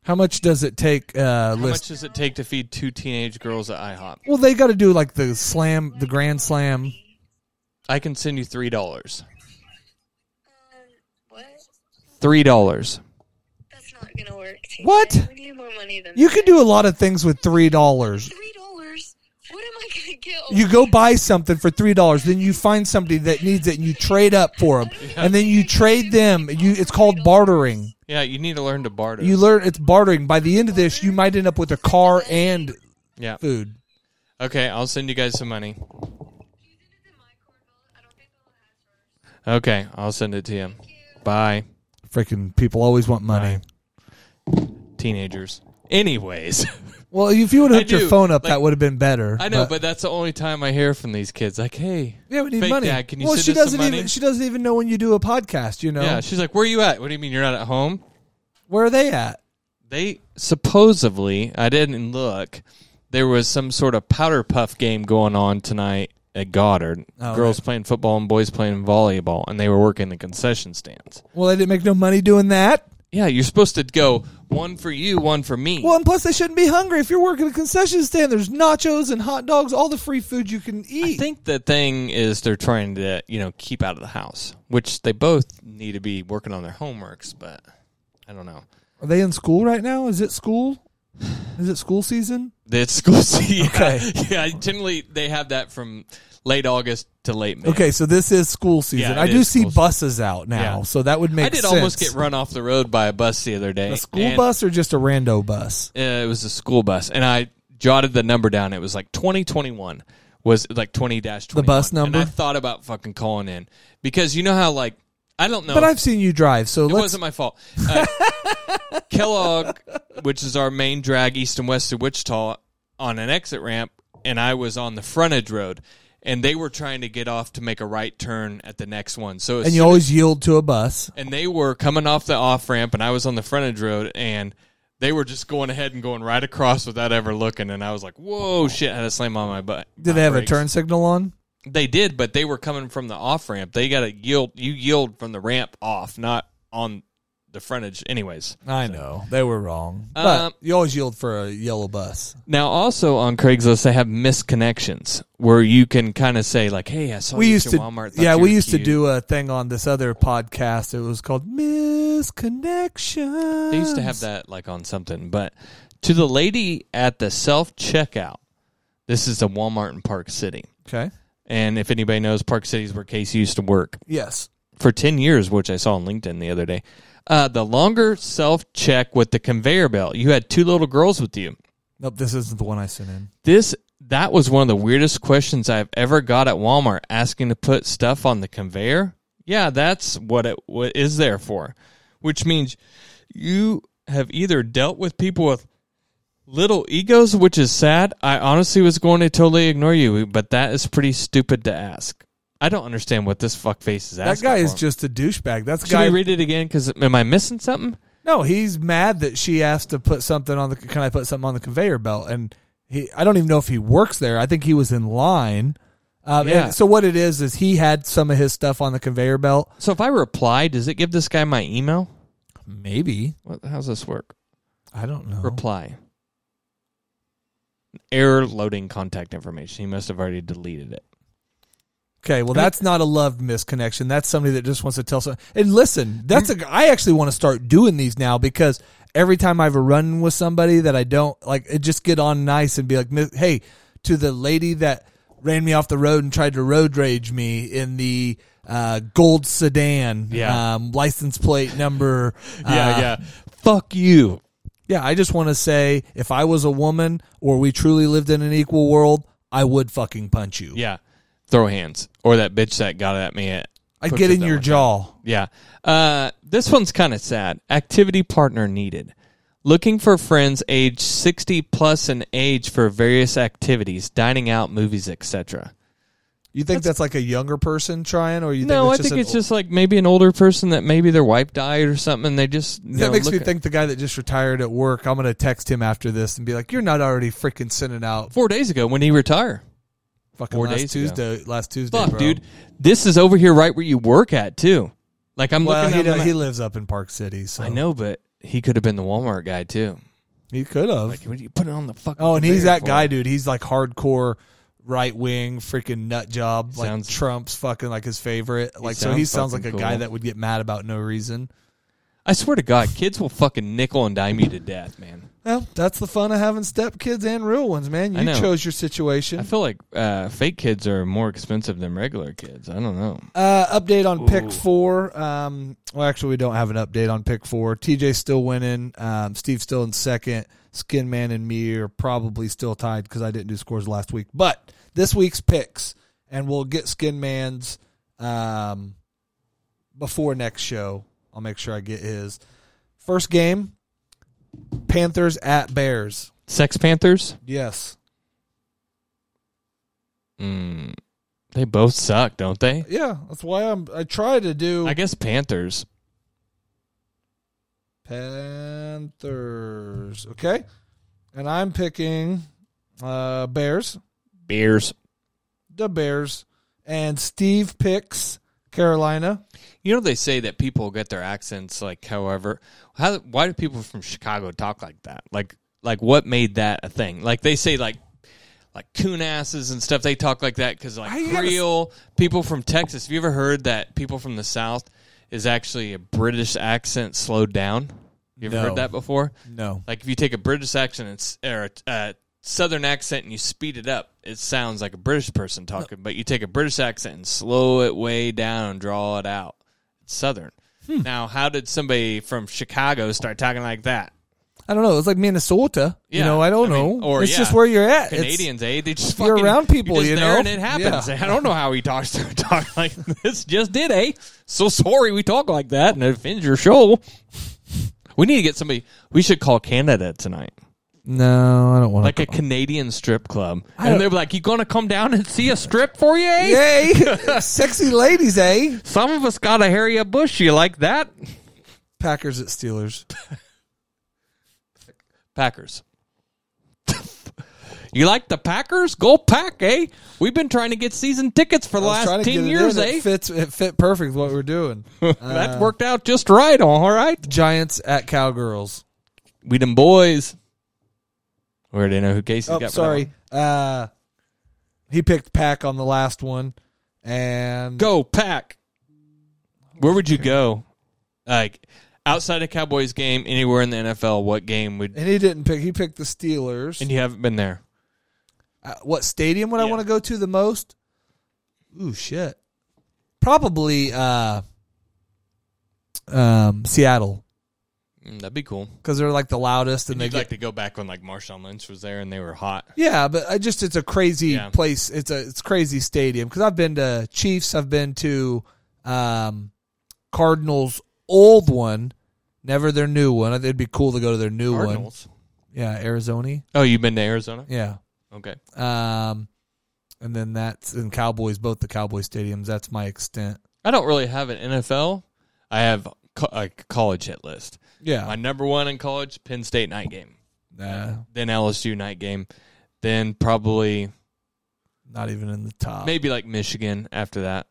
S7: How much does it take? Uh,
S8: How much
S7: list.
S8: does it take to feed two teenage girls at IHOP?
S7: Well, they got to do like the slam, the grand slam.
S8: I can send you three dollars.
S9: Um, what?
S8: Three dollars.
S9: That's not gonna work. Taylor.
S7: What?
S9: We need more money than
S7: You
S9: that.
S7: can do a lot of things with three dollars.
S9: Three dollars? What am I gonna get?
S7: You go buy something for three dollars, then you find somebody that needs it, and you trade up for them, and then you trade them. You, it's called bartering.
S8: Yeah, you need to learn to barter.
S7: You learn it's bartering. By the end of this, you might end up with a car and
S8: yeah.
S7: food.
S8: Okay, I'll send you guys some money.
S9: She's in it in my card, but I don't think they'll have hers.
S8: Okay, I'll send it to you. Bye,
S7: Freaking people always want money.
S8: teenagers. Anyways,
S7: Well, if you would
S8: I
S7: have hooked your
S8: do,
S7: phone up,
S8: like-
S7: that would have been better.
S8: I know, but, that's the only time I hear from these kids. Like, hey,
S7: yeah, we need
S8: fake
S7: money.
S8: Dad, can you
S7: well,
S8: send
S7: she
S8: us some
S7: doesn't
S8: money?
S7: even she doesn't even know when you do a podcast. You know,
S8: yeah, she's like, where are you at? What do you mean you're not at home?
S7: where are they at?
S8: They supposedly, I didn't look. There was some sort of powder puff game going on tonight at Goddard.
S7: Oh,
S8: Girls
S7: right.
S8: playing football and boys playing volleyball, and they were working the concession stands.
S7: Well, they didn't make no money doing that.
S8: Yeah, you're supposed to go one for you, one for me.
S7: Well, and plus they shouldn't be hungry. If you're working a concession stand, there's nachos and hot dogs, all the free food you can
S8: I
S7: eat.
S8: think the thing is they're trying to, you know, keep out of the house, which they both need to be working on their homeworks, but I don't know.
S7: Are they in school right now? Is it school? Is it school season?
S8: It's school season.
S7: Okay.
S8: Yeah, generally they have that from late August to late May.
S7: Okay, so this is school season.
S8: Yeah, it
S7: I do
S8: is
S7: see
S8: school season.
S7: buses out now,
S8: Yeah.
S7: so that would make
S8: I did
S7: sense.
S8: almost get run off the road by a bus the other day.
S7: a school
S8: and,
S7: bus or just a rando bus?
S8: Uh, it was a school bus, and I jotted the number down. It was like twenty twenty one was like twenty dash
S7: The bus number?
S8: And I thought about fucking calling in because you know how like I don't know.
S7: But I've seen you drive, so
S8: It
S7: let's.
S8: wasn't my fault. Uh, Kellogg, which is our main drag east and west of Wichita, on an exit ramp, and I was on the frontage road, and they were trying to get off to make a right turn at the next one. So as
S7: and you
S8: soon
S7: always yield to a bus.
S8: and they were coming off the off ramp, and I was on the frontage road, and they were just going ahead and going right across without ever looking, and I was like, "Whoa, shit!" I had to slam on my butt.
S7: Did
S8: my
S7: they have
S8: brakes.
S7: a turn signal on?
S8: They did, but they were coming from the off ramp. They got to yield. You yield from the ramp off, not on the frontage. Anyways,
S7: I know they were wrong,
S8: Um,
S7: but you always yield for a yellow bus.
S8: now also on Craigslist, they have misconnections where you can kind of say like, "Hey, I saw
S7: We
S8: you
S7: used
S8: at
S7: to,
S8: Walmart." thought
S7: yeah,
S8: you
S7: we
S8: were
S7: used to
S8: cute."
S7: do a thing on this other podcast. It was called Misconnection.
S8: They used to have that like on something, but to the lady at the self checkout, this is the Walmart in Park City.
S7: Okay.
S8: And if anybody knows, Park City is where Casey used to work
S7: Yes.
S8: for 10 years, which I saw on LinkedIn the other day. Uh, the longer self check with the conveyor belt. You had two little girls with you.
S7: Nope. This isn't the one I sent in.
S8: This that was one of the weirdest questions I've ever got at Walmart asking to put stuff on the conveyor. Yeah, that's what it what is there for. Which means you have either dealt with people with little egos, which is sad. I honestly was going to totally ignore you, but that is pretty stupid to ask. I don't understand what this fuckface is
S7: That
S8: asking.
S7: guy is
S8: for.
S7: just a douchebag. That's a
S8: Should
S7: guy.
S8: we read it again? Because am I missing something?
S7: no, he's mad that she asked to put something on the. Can I put something on the conveyor belt? And he, I don't even know if he works there. I think he was in line. Um,
S8: Yeah.
S7: and so what it is is he had some of his stuff on the conveyor belt.
S8: So if I reply, does it give this guy my email?
S7: Maybe
S8: What, how's this work?
S7: I don't know.
S8: Reply. Error loading contact information. He must have already deleted it.
S7: Okay, well, that's not a loved misconnection. That's somebody that just wants to tell someone. And listen, that's a. I actually want to start doing these now because every time I have a run with somebody that I don't like, it just get on nice and be like, "Miss- "Hey, to the lady that ran me off the road and tried to road rage me in the uh, gold sedan,
S8: Yeah.
S7: um, license plate number, uh,
S8: Fuck you.
S7: yeah." I just want to say, if I was a woman or we truly lived in an equal world, I would fucking punch you.
S8: Yeah. Throw hands. Or that bitch that got at me at.
S7: I
S8: Push
S7: get
S8: it
S7: in
S8: that
S7: your
S8: one.
S7: jaw.
S8: Yeah. Uh, this one's kind of sad. Activity partner needed. Looking for friends age 60 plus and age for various activities, dining out, movies, etc.
S7: You think that's, like a younger person trying, or you
S8: No, I
S7: think that's
S8: think
S7: an
S8: it's
S7: ol-
S8: just like maybe an older person that maybe their wife died or something. and They just you
S7: that
S8: know,
S7: makes me
S8: look at-
S7: think the guy that just retired at work. I'm gonna text him after this and be like, "You're not already freaking sending out
S8: four days ago when he retired.
S7: fucking
S8: four
S7: last
S8: days ago.
S7: Tuesday, last Tuesday,
S8: Fuck,
S7: bro."
S8: dude. This is over here right where you work at too. Like I'm
S7: Well,
S8: looking
S7: he,
S8: at
S7: does,
S8: my-
S7: he lives up in Park City, so
S8: I know, but he could have been the Walmart guy too.
S7: he could have.
S8: Like what do you put it on the fuck?
S7: oh, and he's that guy, dude. He's like hardcore right wing, freaking nut job. Like
S8: Sounds-
S7: Trump's fucking like his favorite. Like so, he
S8: sounds
S7: sounds like a
S8: fucking
S7: guy
S8: cool.
S7: that would get mad about no reason.
S8: I swear to God, kids will fucking nickel and dime you to death, man.
S7: Well, that's the fun of having stepkids and real ones, man.
S8: I
S7: You
S8: know.
S7: chose your situation.
S8: I feel like uh, fake kids are more expensive than regular kids. I don't know.
S7: Uh, update on pick four. Um, well, actually, we don't have an update on pick four. TJ still winning. Um, Steve still in second. Skin Man and me are probably still tied because I didn't do scores last week. But this week's picks, and we'll get Skin Man's um, before next show. I'll make sure I get his first game. Panthers at Bears.
S8: Sex Panthers,
S7: Yes.
S8: mm, they both suck, don't they?
S7: Yeah, that's why I'm. I try to do
S8: I guess Panthers.
S7: Panthers. Okay. And I'm picking uh Bears,
S8: Bears.
S7: the Bears, and Steve picks Carolina.
S8: You know they say that people get their accents like however how why do people from Chicago talk like that? Like like what made that a thing? Like they say like like coon asses and stuff they talk like that cuz like
S7: I gotta-
S8: Creole people from Texas. Have you ever heard that people from the South is actually a British accent slowed down? You ever
S7: No.
S8: heard that before?
S7: No.
S8: Like if you take a British accent and, s- or a uh, Southern accent and you speed it up, it sounds like a British person talking. But you take a British accent and slow it way down and draw it out. It's Southern.
S7: Hmm.
S8: Now, how did somebody from Chicago start talking like that?
S7: I don't know. It's like Minnesota. You
S8: Yeah,
S7: know, I don't
S8: I
S7: know.
S8: mean, or,
S7: it's
S8: yeah,
S7: just where you're at. It's-
S8: Canadians, eh? They just
S7: you're
S8: fucking-
S7: around people,
S8: you're just
S7: you
S8: there
S7: know?
S8: and it happens. eh?
S7: Yeah.
S8: I don't know how he talks to talk like this. Just did, eh? So sorry we talk like that and it offends your show. We need to get somebody. We should call Canada tonight,
S7: no, I don't want
S8: like
S7: to.
S8: a Canadian strip club,
S7: I
S8: and
S7: don't-
S8: they're like, "You gonna come down and see a strip for you, eh?
S7: Yay! Sexy ladies, eh?
S8: Some of us got to hairy a bush. You like that?
S7: Packers at Steelers.
S8: Packers. you like the Packers? Go pack, eh? We've been trying to get season tickets for the
S7: I was trying
S8: last
S7: to
S8: ten
S7: get it
S8: years,
S7: in.
S8: eh?
S7: It fits. It fit Uh. perfect with what we're doing.
S8: that worked out just right. All right.
S7: Giants at Cowgirls.
S8: We them boys. We already know who Casey
S7: Oh,
S8: got. for that
S7: sorry.
S8: one.
S7: Uh, he picked Pack on the last one, and
S8: Go pack. Where would you go? Like outside a Cowboys game, anywhere in the NFL, what game would?
S7: and he didn't pick. He picked the Steelers.
S8: And you haven't been there.
S7: Uh, what stadium would I
S8: Yeah.
S7: want to go to the most? Ooh, shit. Probably uh, um, Seattle
S8: Mm, that'd be cool.
S7: because they're like the loudest and
S8: And
S7: they
S8: you'd
S7: get
S8: like to go back when like Marshawn Lynch was there and they were hot.
S7: Yeah, but I just it's a crazy
S8: Yeah.
S7: place. It's a it's crazy stadium because I've been to Chiefs, I've been to um, Cardinals old one, never their new one. I think it'd be cool to go to their new
S8: Cardinals.
S7: one. Yeah, Arizona.
S8: Oh, you've been to Arizona?
S7: Yeah.
S8: Okay.
S7: Um, and then that's in Cowboys, both the Cowboy stadiums. That's my extent.
S8: I don't really have an NFL. I have co- a college hit list.
S7: Yeah.
S8: My number one in college, Penn State night game.
S7: Nah,
S8: Then LSU night game. Then probably
S7: not even in the top.
S8: maybe like Michigan after that.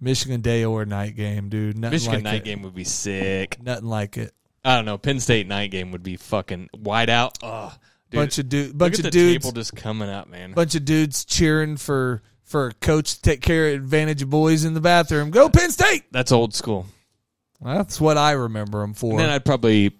S7: Michigan day or night game, dude. Nothing
S8: Michigan
S7: like
S8: night
S7: it.
S8: game would be sick.
S7: Nothing like it.
S8: I don't know. Penn State night game would be fucking wide out. Ugh. Dude,
S7: bunch of dudes.
S8: look
S7: Bunch
S8: at
S7: of
S8: the
S7: dudes.
S8: table just coming up, man.
S7: bunch of dudes cheering for for a coach to take care of advantage of boys in the bathroom. Go Penn State.
S8: That's old school.
S7: That's what I remember them for.
S8: And then I'd probably,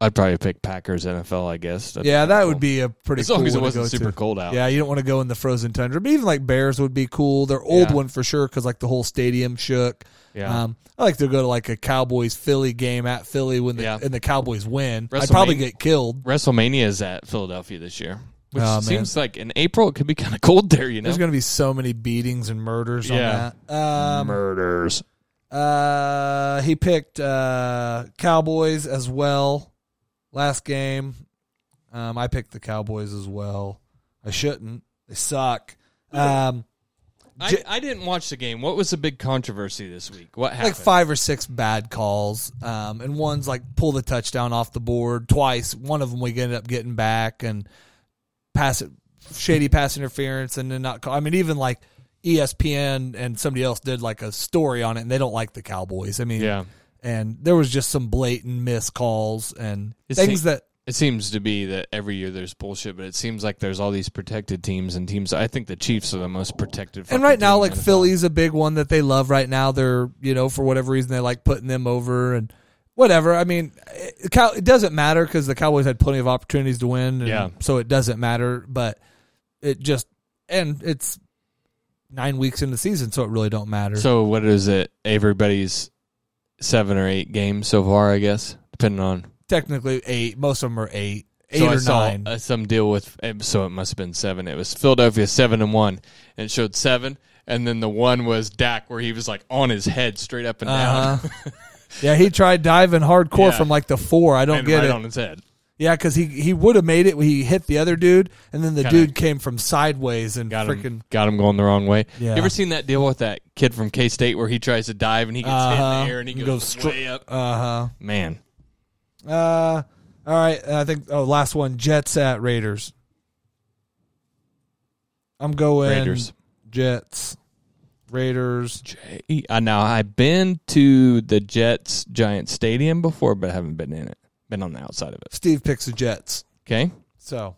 S8: I'd probably pick Packers NFL. I guess. That'd
S7: yeah,
S8: kinda
S7: that
S8: cool.
S7: would be a pretty.
S8: As long
S7: cool
S8: as it
S7: one to
S8: wasn't
S7: go
S8: super
S7: to.
S8: cold out.
S7: Yeah, you don't want to go in the frozen tundra. But even like Bears would be cool. Their old
S8: Yeah.
S7: one for sure because like the whole stadium shook.
S8: Yeah.
S7: Um, I like to go to like a Cowboys Philly game at Philly when the
S8: Yeah.
S7: and the Cowboys win. I'd probably
S8: WrestleMania.
S7: get killed.
S8: WrestleMania is at Philadelphia this year, which
S7: Oh, man.
S8: seems like in April it could be kind of cold there. You know,
S7: There's going to be so many beatings and murders
S8: Yeah.
S7: on that. Um,
S8: murders.
S7: Uh, he picked uh, Cowboys as well. Last game, um, I picked the Cowboys as well. I shouldn't. They suck. Um,
S8: I, I didn't watch the game. What was the big controversy this week? What happened?
S7: like five or six bad calls, um, and one's like pull the touchdown off the board twice. One of them we ended up getting back and pass it shady pass interference, and then not. Call. I mean, even like E ESPN and somebody else did like a story on it, and they don't like the Cowboys. I mean,
S8: Yeah.
S7: and there was just some blatant missed calls and
S8: It
S7: things
S8: seem-
S7: that
S8: It seems to be that every year there's bullshit, but it seems like there's all these protected teams and teams. I think the Chiefs are the most protected.
S7: and
S8: fucking
S7: right now
S8: team in
S7: like
S8: the NFL.
S7: philly's a big one that they love right now they're you know for whatever reason they like putting them over and whatever i mean it, Cow- it doesn't matter because the cowboys had plenty of opportunities to win and
S8: Yeah.
S7: so it doesn't matter but it just and it's nine weeks in the season so it really don't matter
S8: So what is it? Everybody's seven or eight games so far, I guess, depending on
S7: technically eight most of them are eight eight
S8: so
S7: or
S8: I saw
S7: nine
S8: uh, some deal with so it must have been seven. It was Philadelphia seven and one, and it showed seven, and then the one was Dak where he was like on his head straight up and
S7: Uh-huh.
S8: down,
S7: yeah he tried diving hardcore
S8: Yeah.
S7: from like the four i don't
S8: and
S7: get
S8: right
S7: it
S8: on his head.
S7: Yeah, because he he would have made it. when He hit the other dude, and then the
S8: Kinda-
S7: dude came from sideways and
S8: Got
S7: freaking.
S8: him, got him going the wrong way.
S7: Yeah.
S8: You ever seen that deal with that kid from K State where he tries to dive and he gets hit in
S7: Uh-huh.
S8: the air and he
S7: And
S8: goes,
S7: goes stra-
S8: way up?
S7: Uh
S8: Man,
S7: huh. Uh, all right. and I think. Oh, last one. Jets at Raiders. I'm going
S8: Raiders.
S7: Jets. Raiders.
S8: J- I now I've been to the Jets Giant Stadium before, but I haven't been in it. Been on the outside of it.
S7: Steve picks the Jets.
S8: Okay,
S7: So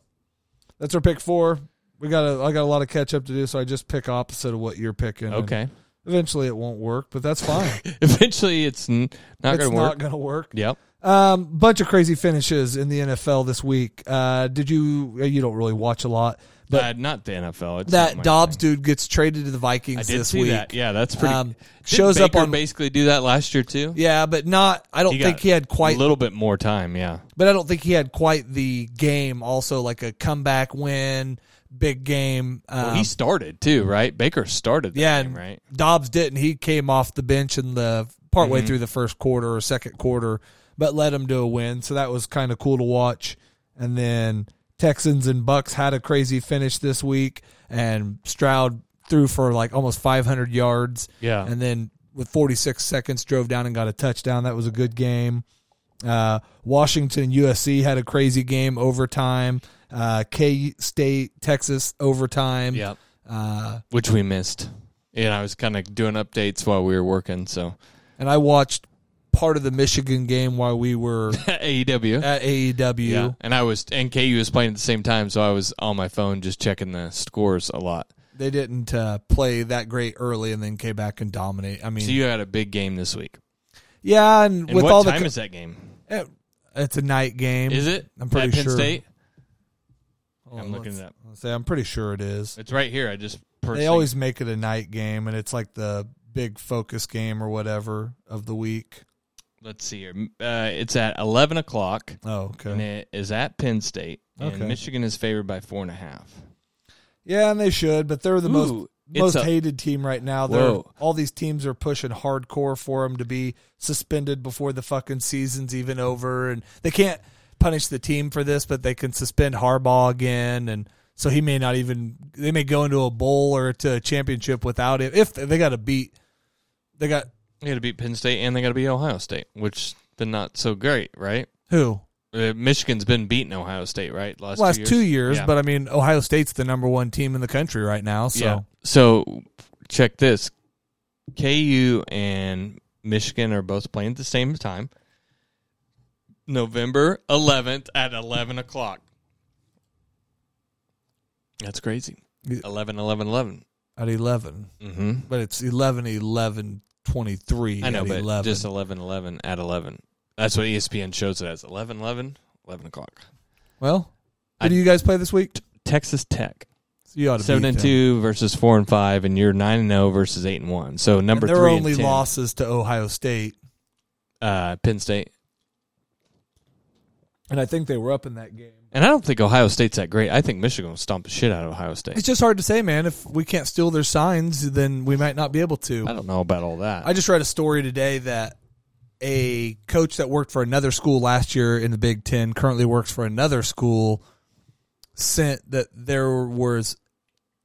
S7: that's our pick four. We got a, I got a lot of catch up to do, so I just pick opposite of what you're picking. and
S8: okay.
S7: Eventually, it won't work, but that's fine.
S8: Eventually, it's n- not
S7: it's
S8: going to
S7: not
S8: work.
S7: going to work.
S8: Yep.
S7: Um, bunch of crazy finishes in the NFL this week. Uh, did you? You don't really watch a lot, but
S8: uh, not the NFL. It's not
S7: that
S8: my
S7: Dobbs
S8: thing.
S7: dude gets traded to the Vikings
S8: I did
S7: this
S8: see
S7: week.
S8: that. Yeah, that's pretty.
S7: Um,
S8: shows up on basically do that last year too.
S7: Yeah, but not. I don't think
S8: got
S7: he had
S8: a
S7: quite
S8: little bit more time. Yeah,
S7: but I don't think he had quite the game. Also, like a comeback win, big game. Um,
S8: well, he started too, right? Baker started. That
S7: yeah,
S8: game,
S7: and
S8: right. Mm-hmm.
S7: Dobbs didn't. He came off the bench in the partway through the first quarter or second quarter, but led him to a win. So that was kind of cool to watch. And then Texans and Bucks had a crazy finish this week, and Stroud threw for like almost 500 yards.
S8: Yeah.
S7: and then with 46 seconds drove down and got a touchdown. That was a good game. Uh, Washington USC had a crazy game overtime. Uh, K State Texas overtime.
S8: Yep.
S7: Uh,
S8: Which we missed. And I was kind of doing updates while we were working. So
S7: and I watched part of the Michigan game while we were
S8: AEW.
S7: at E AEW.
S8: E yeah, and I was and KU was playing at the same time, so I was on my phone just checking the scores a lot.
S7: They didn't uh, play that great early, and then came back and dominate. I mean,
S8: So you had a big game this week.
S7: yeah, and,
S8: And
S7: with
S8: what
S7: all
S8: time
S7: the
S8: is that game?
S7: it- it's a night game.
S8: Is it?
S7: I'm pretty
S8: at Penn
S7: sure.
S8: State.
S7: Hold on,
S8: I'm looking
S7: let's-
S8: it up.
S7: let's say I'm pretty sure it is.
S8: It's right here. I just
S7: They
S8: personally-
S7: always make it a night game, and it's like the big focus game or whatever of the week.
S8: let's see here. Uh, it's at eleven o'clock,
S7: Oh, okay.
S8: and it is at Penn State, and
S7: Okay.
S8: Michigan is favored by four and a half.
S7: Yeah, and they should, but they're the most
S8: Ooh, it's
S7: most
S8: a-
S7: hated team right now. They're
S8: Whoa.
S7: all these teams are pushing hardcore for them to be suspended before the fucking season's even over, and they can't punish the team for this, but they can suspend Harbaugh again, and so he may not even they may go into a bowl or to a championship without him if they got to beat. They got
S8: They got to beat Penn State, and they got to beat Ohio State, which been not so great, right?
S7: who
S8: Uh, Michigan's been beating Ohio State, right? Last
S7: last
S8: two years,
S7: two years,
S8: Yeah.
S7: but I mean Ohio State's the number one team in the country right now, so.
S8: Yeah. So check this. KU and Michigan are both playing at the same time. November 11th at 11 o'clock. That's crazy.
S7: Yeah.
S8: 11, 11, 11.
S7: At 11
S8: Mm-hmm.
S7: but it's 11 11 23
S8: I know,
S7: at
S8: but
S7: 11.
S8: just 11, 11 at 11. That's what E ESPN shows it as 11, 11, 11 o'clock.
S7: well who
S8: I-
S7: do you guys play this week
S8: Texas Tech.
S7: you ought to
S8: Seven
S7: beat
S8: and
S7: them.
S8: two versus four and five, and you're nine and zero versus eight and one. So
S7: And
S8: number
S7: their
S8: three
S7: only
S8: and 10,
S7: losses to ohio state
S8: uh, Penn State.
S7: and i think they were up in that game
S8: And I don't think Ohio State's that great. I think Michigan will stomp the shit out of Ohio State.
S7: it's just hard to say man if we can't steal their signs then we might not be able to
S8: I don't know about all that.
S7: I just read a story today that a coach that worked for another school last year in the Big Ten currently works for another school. Sent that there was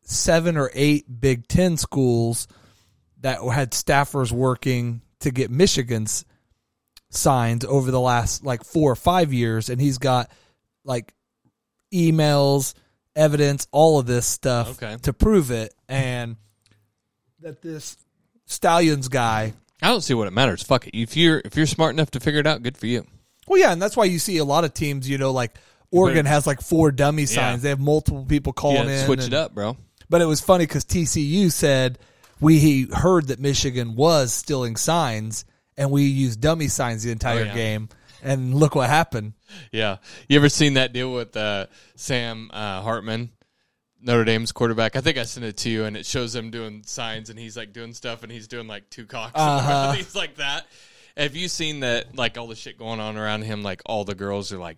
S7: seven or eight Big Ten schools that had staffers working to get Michigan's signs over the last like four or five years, and he's got like emails, evidence, all of this stuff
S8: Okay.
S7: to prove it, and that this Stallions guy.
S8: I don't see what it matters. Fuck it. If you're if you're smart enough to figure it out, good for you.
S7: Well, yeah, and that's why you see a lot of teams. You know, like Oregon has like four dummy signs. They have multiple people calling
S8: Yeah,
S7: in.
S8: switch
S7: and-
S8: it up, bro.
S7: But it was funny because TCU said we he heard that Michigan was stealing signs, and we used dummy signs the entire
S8: Oh, yeah.
S7: game. And look what happened.
S8: Yeah. You ever seen that deal with uh, Sam uh, Hartman, Notre Dame's quarterback? I think I sent it to you, and it shows him doing signs, and he's like doing stuff, and he's doing like two cocks,
S7: Uh-huh.
S8: and he's like that. Have you seen that? Like all the shit going on around him. Like all the girls are like,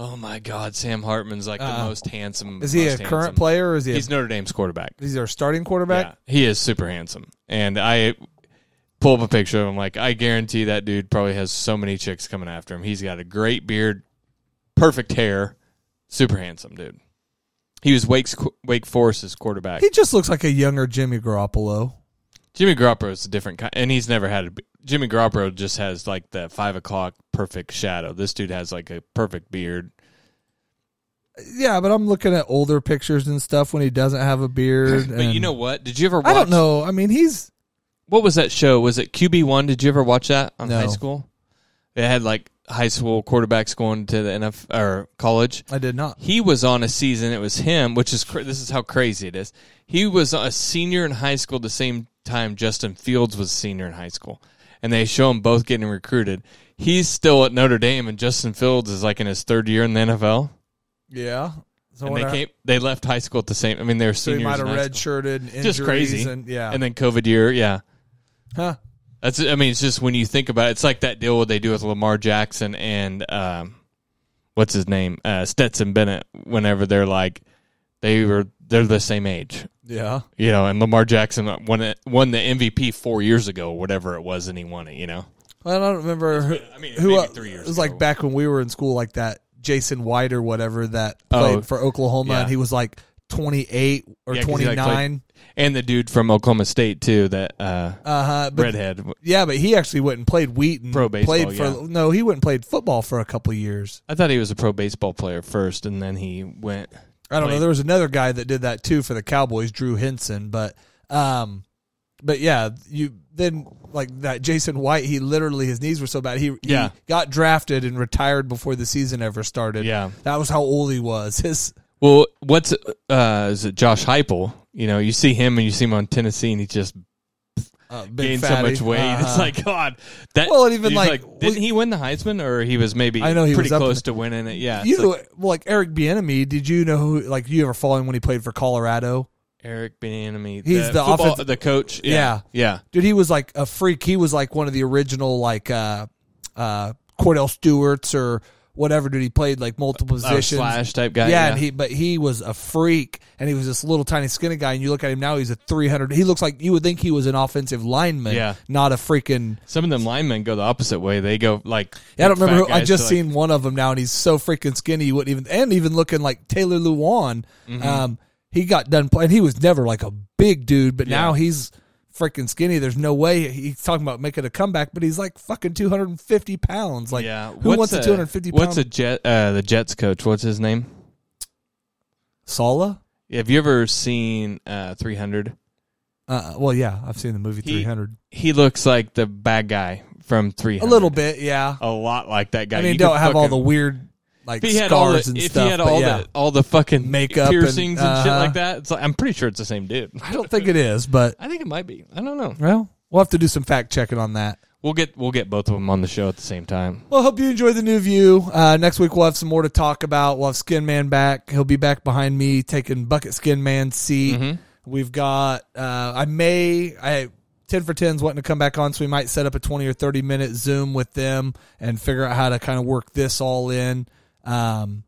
S8: "Oh my god, Sam Hartman's like the most handsome."
S7: Uh-huh. Is he a
S8: most handsome."
S7: current player or is he?
S8: He's
S7: A,
S8: Notre Dame's quarterback.
S7: he's our starting quarterback.
S8: Yeah, he is super handsome, and I pull up a picture of him. Like I guarantee that dude probably has so many chicks coming after him. He's got a great beard, perfect hair, super handsome dude. He was Wake's Wake Forest's quarterback.
S7: He just looks like a younger Jimmy Garoppolo.
S8: Jimmy Garoppolo is a different kind, and he's never had a. be- Jimmy Garoppolo just has like the five o'clock perfect shadow. This dude has like a perfect beard.
S7: Yeah, but I'm looking at older pictures and stuff when he doesn't have a beard.
S8: But you know what? Did you ever? watch
S7: I don't know. I mean, he's
S8: what was that show? Was it QB One? Did you ever watch that on
S7: No.
S8: high school? It had like high school quarterbacks going to the NFL or college.
S7: I did not.
S8: He was on a season. It was him, which is cra- this is how crazy it is. He was a senior in high school the same time Justin Fields was a senior in high school, and they show them both getting recruited. He's still at Notre Dame, and Justin Fields is like in his third year in the NFL.
S7: Yeah. So
S8: And
S7: when
S8: they
S7: I-
S8: came, they left high school at the same. I mean, they were
S7: so he
S8: seniors.
S7: might have
S8: in high school.
S7: redshirted injuries
S8: Just crazy,
S7: and yeah.
S8: And then COVID year, yeah.
S7: huh.
S8: That's. I mean, it's just when you think about it, it's like that deal what they do with Lamar Jackson and um, what's his name uh, Stetson Bennett. Whenever they're like, they were they're the same age,
S7: Yeah.
S8: you know. And Lamar Jackson won it, won the MVP four years ago, whatever it was, and he won it. You know,
S7: I don't remember who.
S8: I mean,
S7: who
S8: maybe
S7: uh,
S8: three years
S7: It was
S8: ago.
S7: like back when we were in school, like that Jason White or whatever that
S8: Oh,
S7: played for Oklahoma,
S8: yeah.
S7: and he was like twenty eight or
S8: Yeah, 'cause
S7: twenty
S8: he, like, played-
S7: nine.
S8: and the dude from Oklahoma State too, that uh,
S7: uh huh. But
S8: redhead.
S7: yeah, but he actually went and played Wheaton.
S8: Pro baseball,
S7: Played for
S8: yeah.
S7: no, he went and played football for a couple years.
S8: I thought he was a pro baseball player first, and then he went.
S7: I don't know.
S8: Played-
S7: There was another guy that did that too for the Cowboys, Drew Henson. But um, but yeah, you then like that Jason White. He literally his knees were so bad. He, he
S8: Yeah.
S7: got drafted and retired before the season ever started.
S8: Yeah.
S7: that was how old he was. His
S8: Well, what's uh, is it Josh Heupel? You know, you see him and you see him on Tennessee, and he just
S7: uh, big
S8: gained so
S7: fatty.
S8: much weight. It's
S7: Uh-huh.
S8: like God. That
S7: Well, and even
S8: he's
S7: like-
S8: didn't he win the Heisman or he was maybe
S7: I know he
S8: pretty
S7: was up
S8: close
S7: in-
S8: to winning it? Yeah,
S7: you
S8: it's
S7: know,
S8: like
S7: well, like Eric Bieniemy. Did you know who? Like you ever follow him when he played for Colorado?
S8: Eric Bieniemy.
S7: He's the
S8: football-
S7: offensive-
S8: the coach.
S7: Yeah.
S8: Yeah, yeah.
S7: Dude, he was like a freak. He was like one of the original like uh uh Cordell Stewart's or whatever. Dude, he played like multiple
S8: Oh,
S7: positions.
S8: slash type guy.
S7: yeah, and he but he was a freak, and he was this little tiny skinny guy. And you look at him now, he's a three hundred. He looks like you would think he was an offensive lineman,
S8: Yeah.
S7: not a freaking.
S8: some of them linemen go the opposite way. They go like
S7: I don't
S8: like
S7: remember. Who,
S8: fat
S7: I
S8: guys
S7: just
S8: to, like-
S7: seen one of them now, and he's so freaking skinny. You wouldn't even, and even looking like Taylor Luan.
S8: Mm-hmm.
S7: Um, he got done playing. He was never like a big dude, but now he's freaking skinny. There's no way he's talking about making a comeback, but he's like fucking 250 pounds. Like,
S8: yeah.
S7: who
S8: What's
S7: wants a 250 pound?
S8: What's a jet? Uh, the Jets coach. What's his name?
S7: Sala?
S8: Have you ever seen uh, 300?
S7: Uh, well, yeah, I've seen the movie
S8: He-
S7: 300.
S8: He looks like the bad guy from 300.
S7: A little bit, yeah.
S8: A lot like that guy.
S7: I mean,
S8: You
S7: don't
S8: could
S7: have all
S8: fucking-
S7: the weird like
S8: if he had all
S7: scars
S8: the,
S7: and
S8: if
S7: stuff.
S8: he had
S7: but
S8: all
S7: yeah.
S8: the all the fucking
S7: Makeup and-
S8: piercings and, shit
S7: uh-huh.
S8: like that, it's like, I'm pretty sure it's the same dude.
S7: I don't think it is, but
S8: I think it might be. I don't know.
S7: well, we'll have to do some fact checking on that.
S8: We'll get we'll get both of them on the show at the same time.
S7: Well, hope you enjoy the new view. Uh, next week we'll have some more to talk about. We'll have Skin Man back. He'll be back behind me taking Bucket Skin Man's seat.
S8: Mm-hmm.
S7: We've got uh, I may I ten for tens wanting to come back on, so we might set up a twenty or thirty minute Zoom with them and figure out how to kind of work this all in. Um,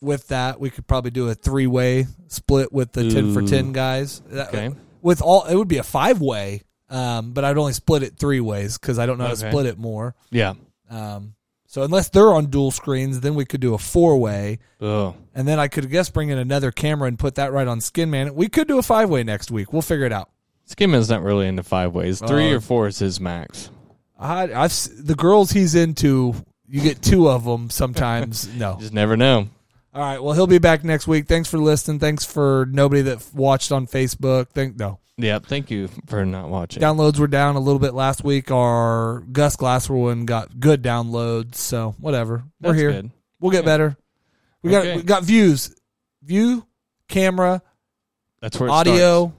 S7: with that, we could probably do a three way split with the ten for ten guys. That-
S8: Okay.
S7: With all, it would be a five way. Um, but I'd only split it three ways because I don't know how to
S8: Okay.
S7: split it more.
S8: Yeah.
S7: Um, so unless they're on dual screens, then we could do a four way,
S8: Oh.
S7: and then I could I guess bring in another camera and put that right on Skin Man. We could do a five way next week. We'll figure it out.
S8: Skinman's not really into five ways. Three
S7: Uh,
S8: or four is his max.
S7: I, I've s- the girls he's into. You get two of them sometimes. no.
S8: Just never know.
S7: All right. Well, he'll be back next week. Thanks for listening. Thanks for nobody that f- watched on Facebook. Thank no.
S8: Yeah. Thank you for not watching.
S7: Downloads were down a little bit last week. Our Gus Glasser one got good downloads, so whatever. We're
S8: That's
S7: here.
S8: good.
S7: We'll get better. We got
S8: Okay.
S7: we got views, view, camera,
S8: That's where it
S7: audio.
S8: starts.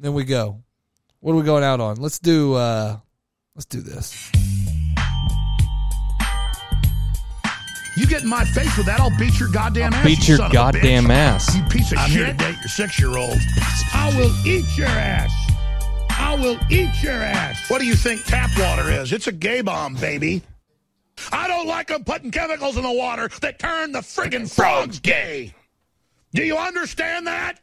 S7: Then we go. What are we going out on? Let's do uh let's do this.
S6: You get in my face with that, I'll beat your goddamn ass.
S8: Beat
S6: you
S8: your
S6: son of a
S8: goddamn
S6: bitch.
S8: ass.
S6: You piece of shit. I'm here to date your six year old. I will eat your ass. I will eat your ass. What do you think tap water is? It's a gay bomb, baby. I don't like them putting chemicals in the water that turn the friggin' frogs gay. Do you understand that?